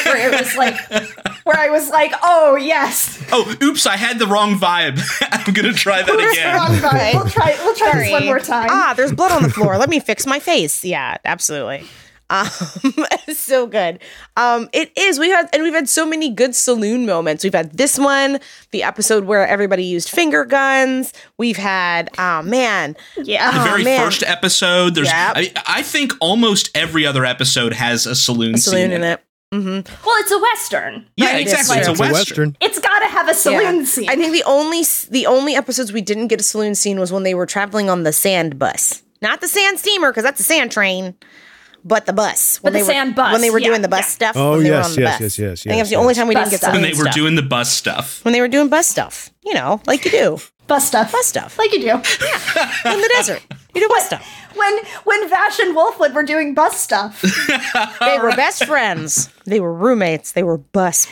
D: Where it was like where I was like, oh yes.
B: Oh, oops, I had the wrong vibe. I'm going to try that again.
D: Wrong vibe. We'll try we'll try this one more time.
C: ah, there's blood on the floor. Let me fix my face. Yeah, absolutely. Um, so good. Um, it is. We had and we've had so many good saloon moments. We've had this one, the episode where everybody used finger guns. We've had, oh man,
D: Yeah.
C: Oh,
B: the very
C: man.
B: first episode. There's,
C: Yep.
B: I, I think almost every other episode has a saloon.
C: a saloon
B: scene
C: in it.
D: Well, it's a western.
B: Yeah,
C: Right,
B: exactly.
C: yeah.
B: It's, a, western.
D: It's got to have a saloon
C: Yeah.
D: scene.
C: I think the only the only episodes we didn't get a saloon scene was when they were traveling on the sand bus, not the sand steamer because that's a sand train, but the bus. When
D: But the
C: they were-
D: sand bus,
C: when they were
D: yeah,
C: doing the bus
D: yeah.
C: stuff.
A: Oh,
C: when they
A: yes,
C: were on the
A: yes,
C: bus.
A: yes, yes,
C: I think
A: yes,
C: that's the only
A: yes.
C: time we
D: Bus
C: didn't get
D: stuff.
B: When
C: saloon
B: they were
C: stuff.
B: doing the bus stuff.
C: when they were doing bus stuff, you know, like you do
D: bus stuff.
C: bus stuff
D: Like you do.
C: in the desert. You do bus stuff.
D: When when Vash and Wolfwood were doing bus stuff,
C: They were best friends. They were roommates. They were bus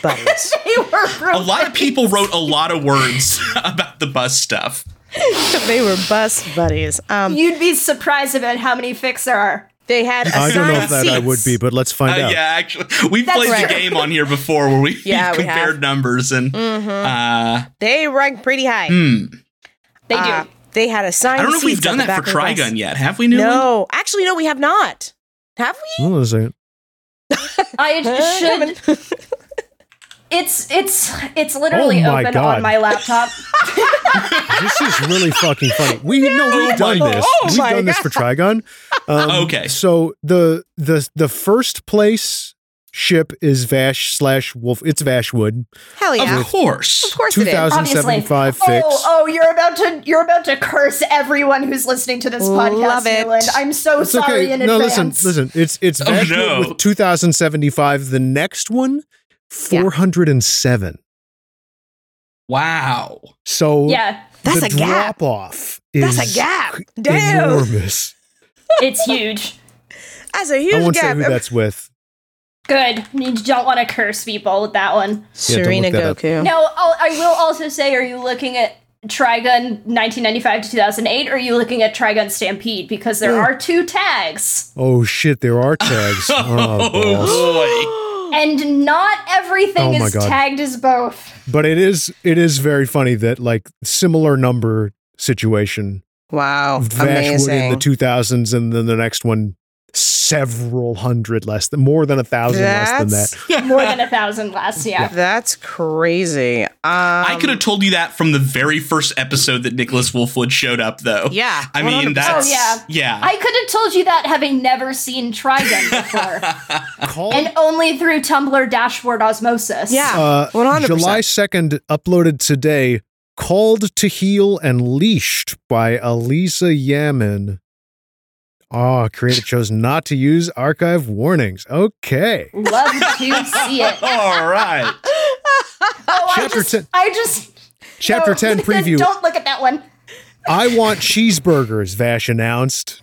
C: buddies.
D: they were
B: A lot of people wrote a lot of words about the bus stuff.
C: they were bus buddies. Um,
D: You'd be surprised about how many fics there are.
C: they had.
A: I don't know
C: assigned
A: if that I
C: seats.
A: would be, but let's find
B: Uh,
A: out.
B: yeah, actually, we've played
D: right.
B: the game on here before where we
C: Yeah, we have. Mm-hmm.
B: compared numbers and uh,
C: They rank pretty high.
D: They do.
B: Ah.
C: Uh, they had assigned.
B: Mm. I don't know if we've done that for Trigun yet. Have we, Newland?
C: No, actually, no, we have not. Have we? Uh,
A: Hold on a second.
D: I should. It's it's it's literally
A: Oh my
D: open
A: God.
D: on my laptop.
A: This is really fucking funny. We no, we've done this.
C: Oh
A: we've
C: my
A: done this for Trigon. Um,
B: Okay.
A: So the the the first place ship is Vash slash Wolf. It's Vashwood.
C: Hell yeah.
B: Of course.
C: Of course
A: Two
C: it is.
A: thousand
D: Obviously.
A: seventy five
D: Oh,
A: fix.
D: oh, you're about to you're about to curse everyone who's listening to this
C: Love
D: podcast,
C: it.
D: Newland. I'm
C: Oh,
D: so
A: It's
D: sorry
A: okay.
D: in
A: No, listen,
D: advance.
A: listen. It's it's
B: Oh,
A: Vashwood
B: no.
A: with two thousand seventy five. The next one,
C: Yeah.
A: four hundred and seven.
B: Wow.
A: So
D: Yeah,
C: That's
A: the
C: a gap.
A: drop off is
C: That's a gap. Damn.
A: enormous.
D: it's huge.
C: That's a
A: I
C: huge
A: won't
C: gap.
A: say who that's with.
D: Good. You don't want to curse people with that one.
A: Yeah, don't
C: Serena
A: look that up.
C: Goku.
D: No, I'll, I will also say, are you looking at Trigun 1995 to 2008, or are you looking at Trigun Stampede? Because there are two tags,
A: Oh shit, there are tags. oh, balls.
B: Oh,
D: and not everything
A: Oh my
D: is
A: God.
D: tagged as both.
A: but it is it is very funny that like similar number situation
C: Wow.
A: Vashwood in the
C: Amazing.
A: 2000s and then the next one several hundred less than more than a thousand less than
C: That's,
A: that
D: More than a thousand last, yeah.
C: that's crazy. Um,
B: I could have told you that from the very first episode that Nicholas Wolfwood showed up, though.
C: Yeah,
B: I mean,
C: 100%.
B: that's.
D: Oh, yeah.
B: Yeah.
D: I could have told you that having never seen Trigun before,
A: Call,
D: and only through Tumblr dashboard osmosis.
C: Yeah.
A: uh,
C: 100%.
A: july 2nd uploaded today called to heal and leashed by elisa yamin ah creator chose not to use archive warnings okay
D: Love to see it. Oh,
B: All right.
D: I
A: Chapter
D: just,
A: 10.
D: I just.
A: chapter
D: no,
A: 10 preview
D: Don't look at that one.
A: I want cheeseburgers, Vash announced.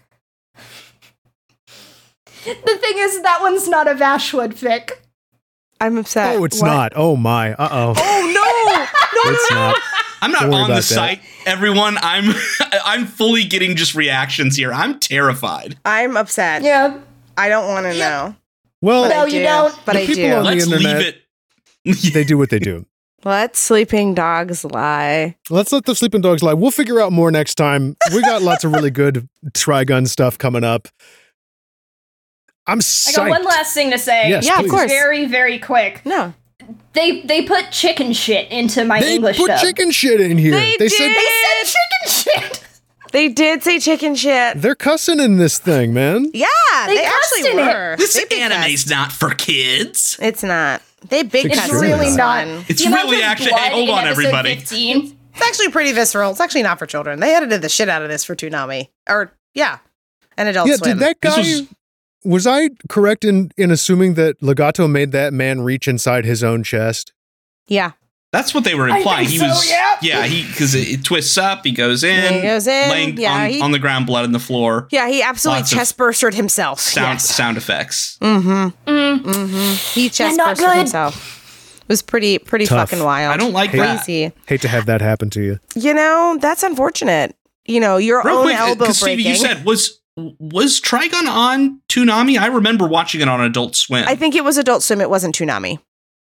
D: The thing is, that one's not a Vashwood fic.
C: I'm upset.
A: Oh, it's
C: What?
A: not. Oh my. Uh oh.
C: Oh, no. No, no,
A: It's
C: no.
A: not.
B: I'm not
A: Don't worry
B: on the
A: about that.
B: site, everyone. I'm I'm fully getting just reactions here. I'm terrified.
C: I'm upset.
D: Yeah.
C: I don't want to know.
A: Well,
D: No,
C: I
D: you
C: do,
D: don't.
C: But
A: The
C: I
A: people
C: do.
A: on the
B: Let's
A: internet.
B: leave it.
A: they do what they do.
C: Let sleeping dogs lie.
A: Let's let the sleeping dogs lie. We'll figure out more next time. We got lots of really good Trigun stuff coming up. I'm
D: I
A: psyched.
D: got one last thing to say.
A: Yes,
C: Yeah, of
A: please.
C: course.
D: Very, very quick.
C: No.
D: They they put chicken shit into my
A: They
D: English
A: put
D: dub.
A: chicken shit in here.
C: They
A: said
C: did.
D: They said chicken shit.
C: They did say chicken shit.
A: they're cussing in this thing, man.
C: Yeah, they,
D: They cussed in
C: actually
D: it.
C: were.
B: This
C: They big
B: anime's not for kids.
C: cussed. It's not. They big.
A: It's
C: cussed
A: really
C: in this
D: not.
C: one.
B: It's
D: The amount
B: really
D: of
B: actually.
D: blood
B: Hey, hold
D: in
B: on,
D: episode
B: everybody.
D: 15.
C: It's actually pretty visceral. It's actually not for children. They edited the shit out of this for Toonami. Or yeah, an Adult
A: Yeah, did
C: Swim.
A: that
B: This
A: guy?
B: was-
A: was I correct in in assuming that Legato made that man reach inside his own chest?
C: yeah,
B: That's what they were
D: think
B: implying. he
D: so,
B: was,
D: yeah.
B: he because it, it twists up. He goes in,
C: He goes in,
B: laying
C: yeah,
B: on,
C: he-
B: on the ground, blood on the floor.
C: yeah. He absolutely
B: Lots of
C: chest burstered himself.
B: Sound
C: Yes.
B: sound effects.
C: Mm-hmm.
D: Mm.
C: Mm-hmm. He chest
D: not
C: burstered
D: good.
C: himself. It was pretty pretty
A: Tough.
C: fucking wild.
B: I don't like that.
C: crazy.
A: Hate to have that happen to you.
C: You know that's unfortunate. You know your
B: Real
C: own
B: quick,
C: elbow
B: because
C: breaking.
B: Stevie, you said was was Trigon on Toonami? I remember watching it on Adult Swim.
C: I think it was Adult Swim. It wasn't Toonami.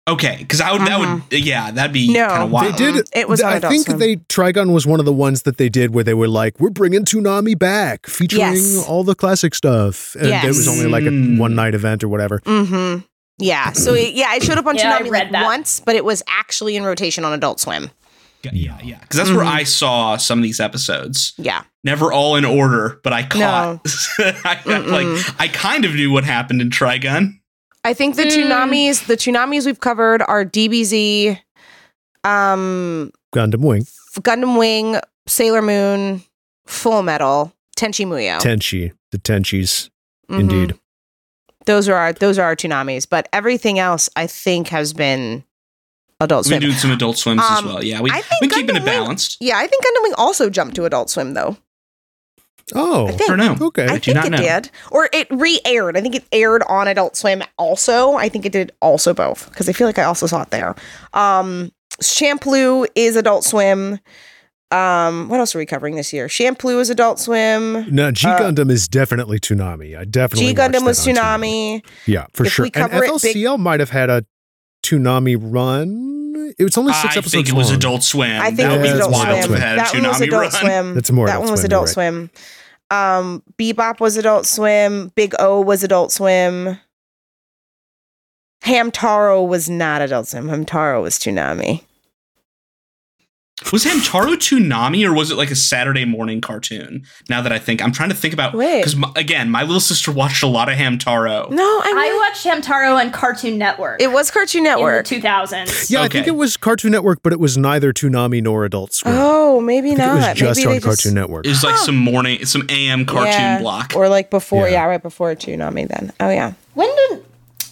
B: Okay, because I would that would yeah that'd be
C: Uh-huh. No.
B: kind of
A: They
B: wild.
A: did.
C: It was on
A: I
C: Adult
A: think
C: Swim.
A: they Trigun was one of the ones that they did where they were like, "We're bringing Toonami back, featuring
C: Yes.
A: all the classic stuff." And it was
C: Yes.
A: only like a one night event or whatever.
C: Mm-hmm. Yeah. So it, yeah, it showed up on
D: Yeah, I
C: Toonami
D: read
C: like
D: that.
C: once, but it was actually in rotation on Adult Swim.
B: yeah, yeah, because that's where
C: Mm-hmm.
B: I saw some of these episodes.
C: Yeah.
B: Never all in order, but I caught. I,
C: Mm-mm.
B: like I kind of knew what happened in Trigun.
C: I think
D: Hmm.
C: the Tsunamis, the Tsunamis we've covered are DBZ, um,
A: Gundam Wing,
C: F- Gundam Wing, Sailor Moon, Full Metal, Tenchi Muyo.
A: Tenchi, the Tenchis,
C: Mhm.
A: indeed.
C: Those are our those are our Tsunamis, but everything else I think has been Adult
B: We've been
C: Swim.
B: doing some Adult Swims as
C: Um,
B: well. Yeah, we
C: I think
B: been keeping
C: Gundam
B: it
C: Wing-
B: balanced.
C: Yeah, I think Gundam Wing also jumped to Adult Swim though. I
A: Oh,
C: think.
B: Or no?
A: okay.
C: I,
B: I do
C: think
B: not
C: it
B: know.
C: did, or it re-aired. I think it aired on Adult Swim. Also, I think it did also both because I feel like I also saw it there. Um, Shampoo is Adult Swim. Um, what else are we covering this year? Shampoo is Adult Swim.
A: Now, G
C: Uh,
A: Gundam is definitely Toonami. I definitely
C: G
A: watched
C: Gundam
A: that
C: was
A: on
C: Tsunami.
A: Yeah, for
C: If
A: sure.
C: we
A: and
C: cover it big-
A: FLCL might have had a Toonami run. It was only six
B: I
A: episodes
B: think it was
A: long.
B: Adult Swim.
C: I think
B: that
C: it was
A: Yeah,
B: would be
A: that's
C: Adult
A: more
B: wild
A: Adult
B: if
C: Swim.
B: it had a
C: That one was
B: Toonami
C: Adult
B: run.
C: Swim.
A: That's more
C: that
A: Adult
C: one was
A: Swim,
C: Adult
A: you're
C: Swim. Um, Bebop was Adult Swim. Big O was Adult Swim. Hamtaro was not Adult Swim. Hamtaro was Toonami.
B: Was Hamtaro Toonami or was it like a Saturday morning cartoon? Now that I think, I'm trying to think about
C: Wait.
B: because again, my little sister watched a lot of Hamtaro.
C: No, I,
D: I watched Hamtaro on Cartoon Network.
C: it was Cartoon
D: in
C: Network.
D: the 2000s.
A: Yeah, I think
B: Okay.
A: it was Cartoon Network, but it was neither Toonami nor Adult Swim.
C: oh,
A: I
C: maybe
A: think
C: not.
A: It was just
C: maybe
A: on
C: they
A: Cartoon Network.
B: It was like some morning, some AM cartoon
C: Yeah.
B: block.
C: or like before.
A: Yeah.
C: Yeah. right before Toonami. Then. Oh yeah.
D: When did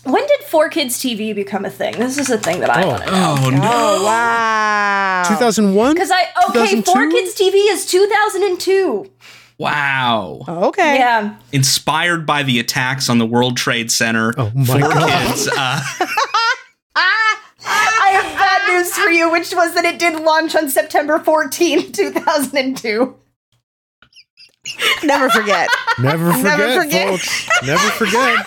D: when did Four Kids TV become a thing? This is a thing that I want to know.
B: oh no!
C: Oh wow.
A: 2001?
D: Because I okay,
A: 2002?
D: Four Kids TV is 2002.
B: Wow!
C: Oh. Okay.
D: Yeah,
B: Inspired by the attacks on the World Trade Center,
A: Oh my
B: four
A: God.
B: kids. Uh,
E: I have bad news for you, which was that it did launch on September 14, 2002.
C: Never forget.
A: Never forget,
C: forget.
A: folks. Never forget.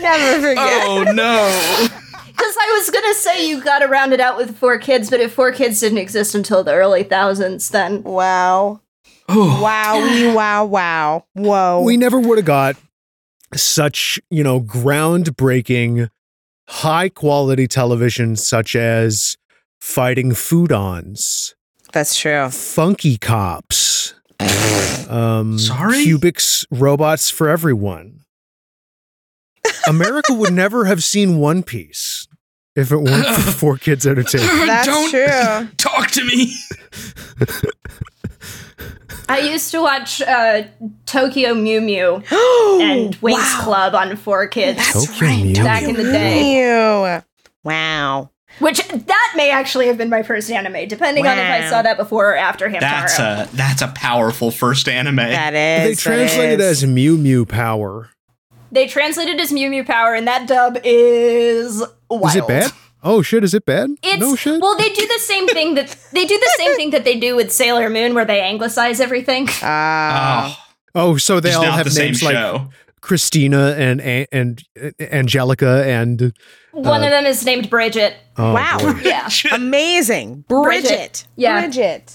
C: Never forget.
B: oh no!
D: because I was gonna say you got to round it out with Four Kids, but if Four Kids didn't exist until the early thousands, then
C: Wow.
B: Oh,
C: Wow. Wow. Wow. Whoa.
A: We never would have got such, you know, groundbreaking, high quality television such as Fighting Foodons.
C: That's true.
A: Funky Cops. um,
B: Sorry?
A: Cubics robots for everyone. America would never have seen One Piece if it weren't for Four Kids Entertainment.
C: That's
B: Don't
C: true.
B: talk to me.
D: I used to watch uh, Tokyo Mew Mew and Wings Club on Four Kids
A: Tokyo Mew
D: back
A: Mew.
D: in the day,
C: Ew. Wow.
D: which that may actually have been my first anime, depending on if I
C: Wow.
D: saw that before or after Hamtaro.
B: That's
A: uh,
B: a that's a powerful first anime.
C: That
A: They
C: is.
A: translate it
C: that is.
A: as Mew Mew Power.
D: They translated as Mew Mew Power, and that dub is wild.
A: Is it bad? Oh shit! Is it bad?
D: It's,
A: no shit.
D: Well, they do the same thing that they do the same thing that they do with Sailor Moon, where they anglicize everything.
A: Uh,
C: Ah.
B: oh,
A: oh, so they
B: it's
A: all
B: not
A: have
B: the same
A: names like
B: show.
A: Christina and and, and Angelica and
D: One of them is named Bridget.
A: oh,
C: Wow.
A: boy.
D: Yeah,
A: Ah.
C: Um, Amazing. Bridget.
D: Bridget. Yeah.
C: Bridget.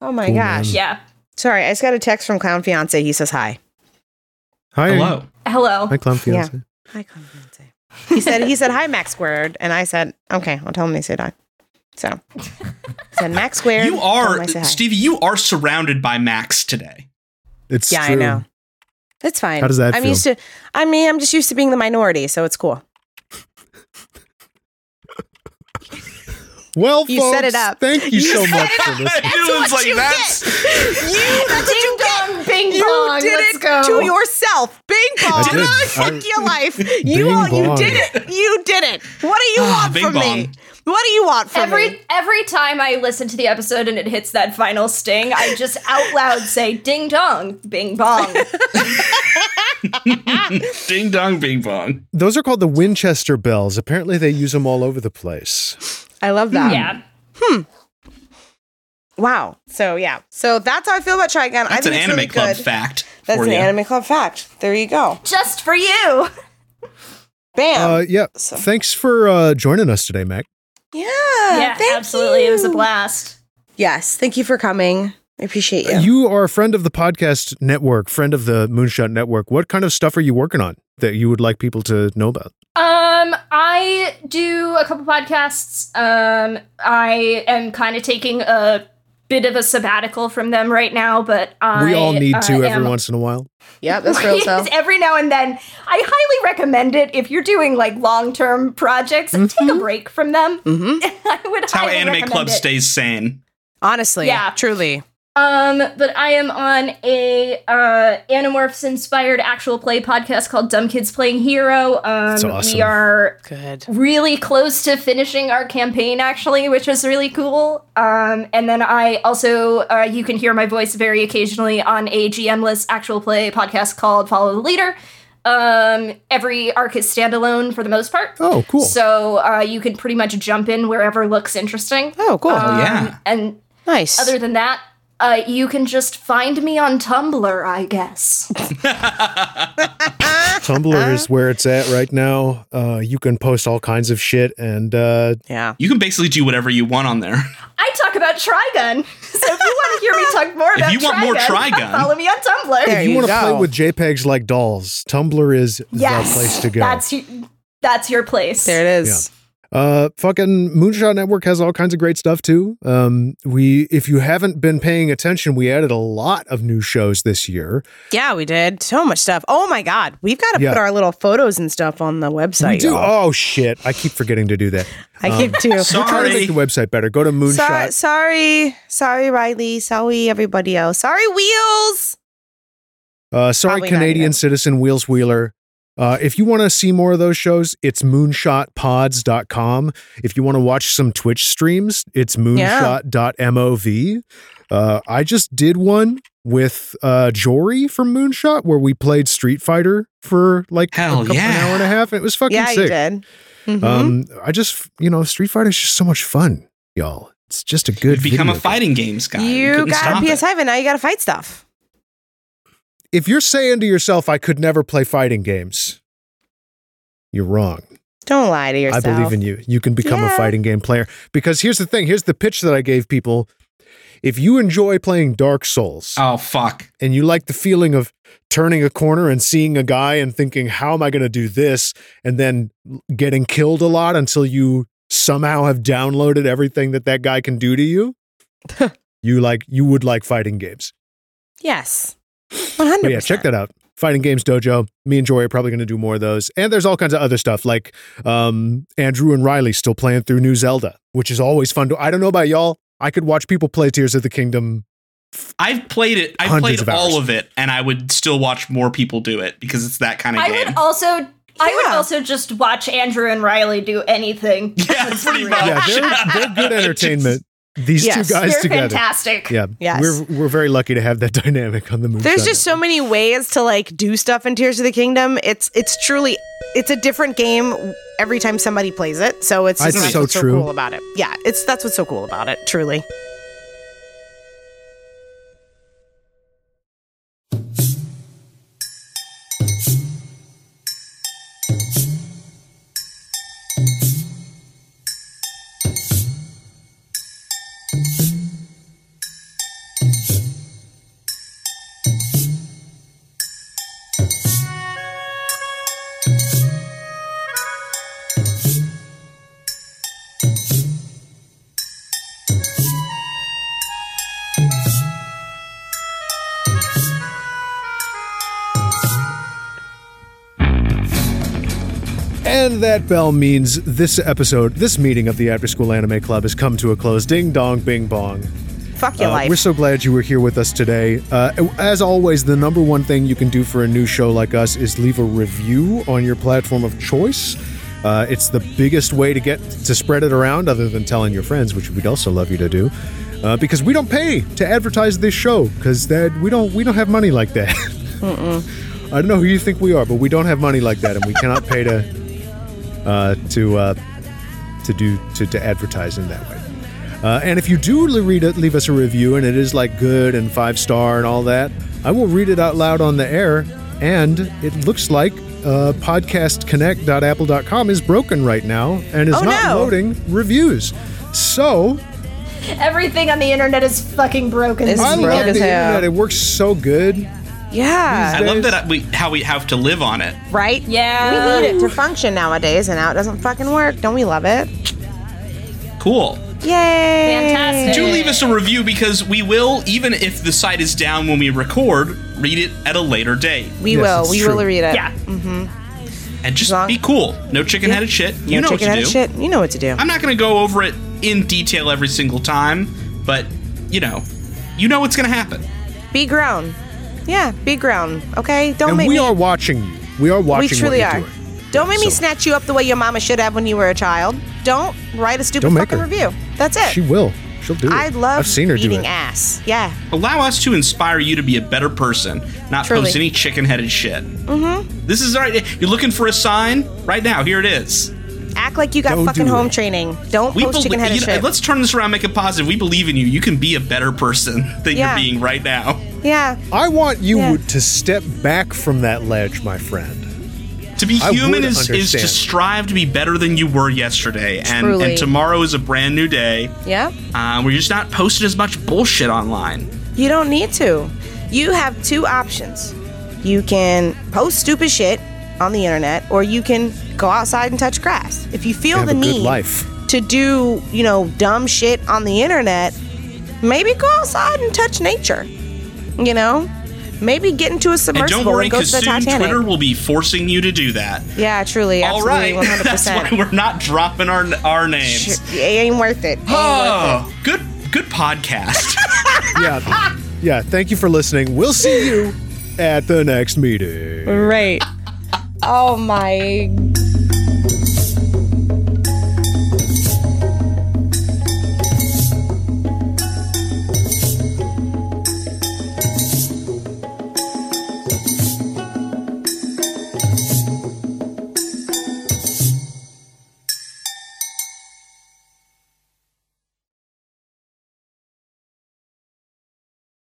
C: Oh my gosh.
D: yeah.
C: Sorry, I just got a text from Clown Fiance. He says hi.
A: Hi,
B: Hello.
D: Hello.
A: Hi, clown
C: Yeah.
A: fiance.
C: Hi, Clown Fiance. He said he said hi, Max Squared. And I said, okay, I'll tell him they said hi. So said Max Squared.
B: You
C: tell him
B: are
C: I said hi.
B: Stevie. You are surrounded by Max today.
A: It's
C: Yeah, I
A: true.
C: know. It's fine.
A: How does that
C: I'm
A: feel?
C: used to I mean, I'm just used to being the minority, so it's cool.
A: Well,
C: You
A: folks,
C: set it up.
A: Thank you,
C: You
A: so
C: set
A: much for listening.
B: Everyone's like that's
D: Ding dong, bing
C: You
D: dong.
C: did
D: Let's
C: it
D: go.
C: to yourself. Bing
A: I
C: bong.
A: did.
C: Fuck
A: I-
C: your life. You
A: Bing
C: all, you
A: bong.
C: did it. You did it. What do you
B: Ah,
C: want
B: bing
C: from me?
B: bong.
C: What do you want from me?
D: Every every time I listen to the episode and it hits that final sting, I just out loud say "ding dong, bing bong."
B: ding dong bing bong.
A: Those are called the Winchester bells. Apparently, they use them all over the place.
C: I love that.
D: yeah,
C: Wow. So yeah. So that's how I feel about Trigun. I
B: That's
C: think
B: an
C: it's
B: anime
C: really
B: club
C: good.
B: fact.
C: That's
B: for
C: an
B: you.
C: anime club fact. There you go.
D: just for you.
C: Bam.
A: Uh, yeah.
C: So-
A: Thanks for uh, joining us today, Mac.
G: Yeah.
D: yeah,
G: thank
D: absolutely. It was a
G: you.
D: blast.
G: Yes. Thank you for coming. I appreciate you.
A: You are a friend of the podcast network, friend of the Moonshot Network. What kind of stuff are you working on that you would like people to know about?
D: Um, I do a couple podcasts. Um, I am kind of taking a bit of a sabbatical from them right now, but I
A: we all need to
D: uh,
A: every
D: am-
A: once in a while.
G: Yep, that's real self.
D: Every now and then, I highly recommend it if you're doing like long-term projects. Take a break from them.
G: Mm-hmm.
D: I would.
B: That's how
D: highly
B: Anime
D: recommend
B: Club
D: it.
B: stays sane.
C: Honestly,
D: Yeah.
C: truly.
D: Um, but I am on a uh, Animorphs inspired actual play podcast called Dumb Kids Playing Hero. Um,
A: That's awesome.
D: we are
C: Good.
D: really close to finishing our campaign actually, which is really cool. Um, and then I also uh, you can hear my voice very occasionally on a GMless actual play podcast called Follow the Leader. Um, every arc is standalone for the most part.
A: Oh, cool.
D: So uh, you can pretty much jump in wherever looks interesting.
C: Oh, cool.
B: Oh,
A: Ah.
B: yeah.
D: And
C: nice.
D: other than that, uh, you can just find me on Tumblr, I guess.
A: Tumblr is where it's at right now. Uh, you can post all kinds of shit, and uh,
C: yeah.
B: You can basically do whatever you want on there.
D: I talk about Trigun, so if you want to hear me talk more
B: If
D: about
B: you want more Trigun.
D: follow me on Tumblr.
C: There
A: you
C: you
A: want to
C: go.
A: play with JPEGs like dolls. Tumblr is the place to go.
D: That's y- that's your place.
C: There it is.
A: Uh, fucking Moonshot Network has all kinds of great stuff too. Um, we, if you haven't been paying attention, we added a lot of new shows this year.
C: Yeah, we did so much stuff. Oh my god, we've got to
A: Yeah.
C: put our little photos and stuff on the website.
A: We do.
C: y'all.
A: Oh shit! I keep forgetting to do that.
C: I keep too.
A: We're trying to make
B: Sorry.
A: the website better. Go to
C: Sorry,
A: Moonshot.
C: sorry, sorry, Riley. Sorry, everybody else. Sorry, Wheels.
A: Uh, sorry,
C: Probably not
A: Canadian
C: even.
A: citizen Wheels Wheeler. Uh, if you want to see more of those shows, it's moonshotpods.com. If you want to watch some Twitch streams, it's moonshot.mov. Uh, I just did one with uh, Jory from Moonshot where we played Street Fighter for like a
B: Hell
A: couple,
B: yeah.
A: an hour and a half. It was fucking
C: Yeah,
A: sick.
C: you did. Mhm.
A: Um, I just, you know, Street Fighter is just so much fun, y'all. It's just a good
B: You've become
A: video
B: a
A: game.
B: fighting games guy.
C: you
B: couldn't
C: got
B: stop
C: a
B: it.
C: PS5, and now you got to fight stuff.
A: If you're saying to yourself, I could never play fighting games, you're wrong.
C: Don't lie to yourself.
A: I believe in you. You can become a
C: Yeah.
A: fighting game player. Because here's the thing here's the pitch that I gave people. If you enjoy playing Dark Souls
B: Oh fuck.
A: and you like the feeling of turning a corner and seeing a guy and thinking, how am I going to do this? And then getting killed a lot until you somehow have downloaded everything that that guy can do to you. you like, you would like fighting games.
C: Yes, one hundred.
A: But yeah, check that out. Fighting Games Dojo. Me and Joy are probably going to do more of those. And there's all kinds of other stuff like um, Andrew and Riley still playing through New Zelda, which is always fun to. I don't know about y'all. I could watch people play Tears of the Kingdom.
B: I've played it. I've
A: Hundreds
B: played
A: of hours.
B: all of it, and I would still watch more people do it because it's that kind of
D: I
B: game.
D: would also I would
C: Yeah.
D: also just watch Andrew and Riley do anything.
B: yeah, pretty much.
A: Yeah, they're, they're good entertainment. These
C: Yes,
A: two guys
D: They're
A: together.
D: fantastic.
A: Yeah,
C: Yes.
A: we're we're very lucky to have that dynamic on the movie.
C: There's just so many ways to like do stuff in Tears of the Kingdom. It's it's truly it's a different game every time somebody plays it. So it's
A: That's
C: just that's
A: so
C: what's so
A: true.
C: cool about it. Yeah, it's that's what's so cool about it. Truly.
A: And that bell means this episode, this meeting of the After School Anime Club has come to a close. Ding dong, bing bong.
C: Fuck your
A: Uh,
C: life.
A: We're so glad you were here with us today. Uh, as always, the number one thing you can do for a new show like us is leave a review on your platform of choice. Uh, it's the biggest way to get to spread it around, other than telling your friends, which we'd also love you to do, uh, because we don't pay to advertise this show because that we don't we don't have money like that. I don't know who you think we are, but we don't have money like that, and we cannot pay to uh, to uh, to do to, to advertise in that way. Uh, and if you do le- read it, leave us a review, and it is like good and five star and all that, I will read it out loud on the air. And it looks like uh, podcastconnect.apple.com is broken right now and is
C: Oh,
A: not
C: no.
A: loading reviews. So
D: Everything on the internet is fucking broken.
G: It's
A: I
G: broke
A: love the
G: as hell.
A: internet; it works so good.
C: Yeah.
B: I love that we how we have to live on it.
C: Right?
D: Yeah.
C: We need it to function nowadays, and now it doesn't fucking work. Don't we love it?
B: Cool.
C: Yay.
D: Fantastic.
B: Do leave us a review because we will, even if the site is down when we record, read it at a later date.
C: We
A: Yes,
C: will.
A: it's
C: We
A: true.
C: will read it.
D: Yeah.
B: And just
C: Long-
B: be cool. No chicken headed shit. You know what
C: chicken
B: to
C: headed
B: do.
C: shit. You know what to do.
B: I'm not going to go over it in detail every single time, but you know, you know what's going to happen.
C: be grown. Yeah, be grown. Okay? Don't
A: And
C: make
A: we
C: me
A: are watching you. We are watching.
C: We truly
A: what
C: are.
A: you're Doing.
C: Don't make me
A: So-
C: snatch you up the way your mama should have when you were a child. Don't write a stupid
A: Don't make
C: fucking
A: her.
C: review. That's it.
A: She will. She'll do it.
C: I love
A: I've seen her do
C: eating
A: it.
C: ass. Yeah.
B: Allow us to inspire you to be a better person, not
C: Truly.
B: post any chicken headed shit. Mm-hmm. This is all right. You're looking for a sign? Right now, here it is.
C: Act like you got
A: Don't
C: fucking
A: do
C: home
A: it.
C: training. Don't post chicken
B: belie-
C: headed
B: you know,
C: shit.
B: Let's turn this around, make it positive. We believe in you. You can be a better person than
C: Yeah.
B: you're being right now.
C: yeah.
A: I want you
C: Yeah.
A: to step back from that ledge, my friend.
B: To be
A: I
B: human
A: would
B: is, is to
A: understand.
B: strive to be better than you were yesterday, and,
G: Truly.
B: and tomorrow is a brand new day.
C: Yeah.
B: Uh, where you're just not posting as much bullshit online.
C: You don't need to. You have two options. You can post stupid shit on the internet, or you can go outside and touch grass. If you feel
A: Have
C: the
A: a good
C: need
A: life.
C: to do, you know, dumb shit on the internet, maybe go outside and touch nature. You know, maybe get into a
B: And
C: submersible
B: don't
C: and,
B: worry,
C: go
B: because
C: to the
B: soon
C: Titanic.
B: Twitter will be forcing you to do that.
C: yeah, truly,
B: All
C: absolutely,
B: right,
C: one hundred
B: that's why
C: percent.
B: we're not dropping our our names.
C: It ain't worth it. Ain't worth
B: Oh, good good podcast.
A: Yeah. yeah. Thank you for listening. We'll see you at the next meeting.
G: Right. Oh my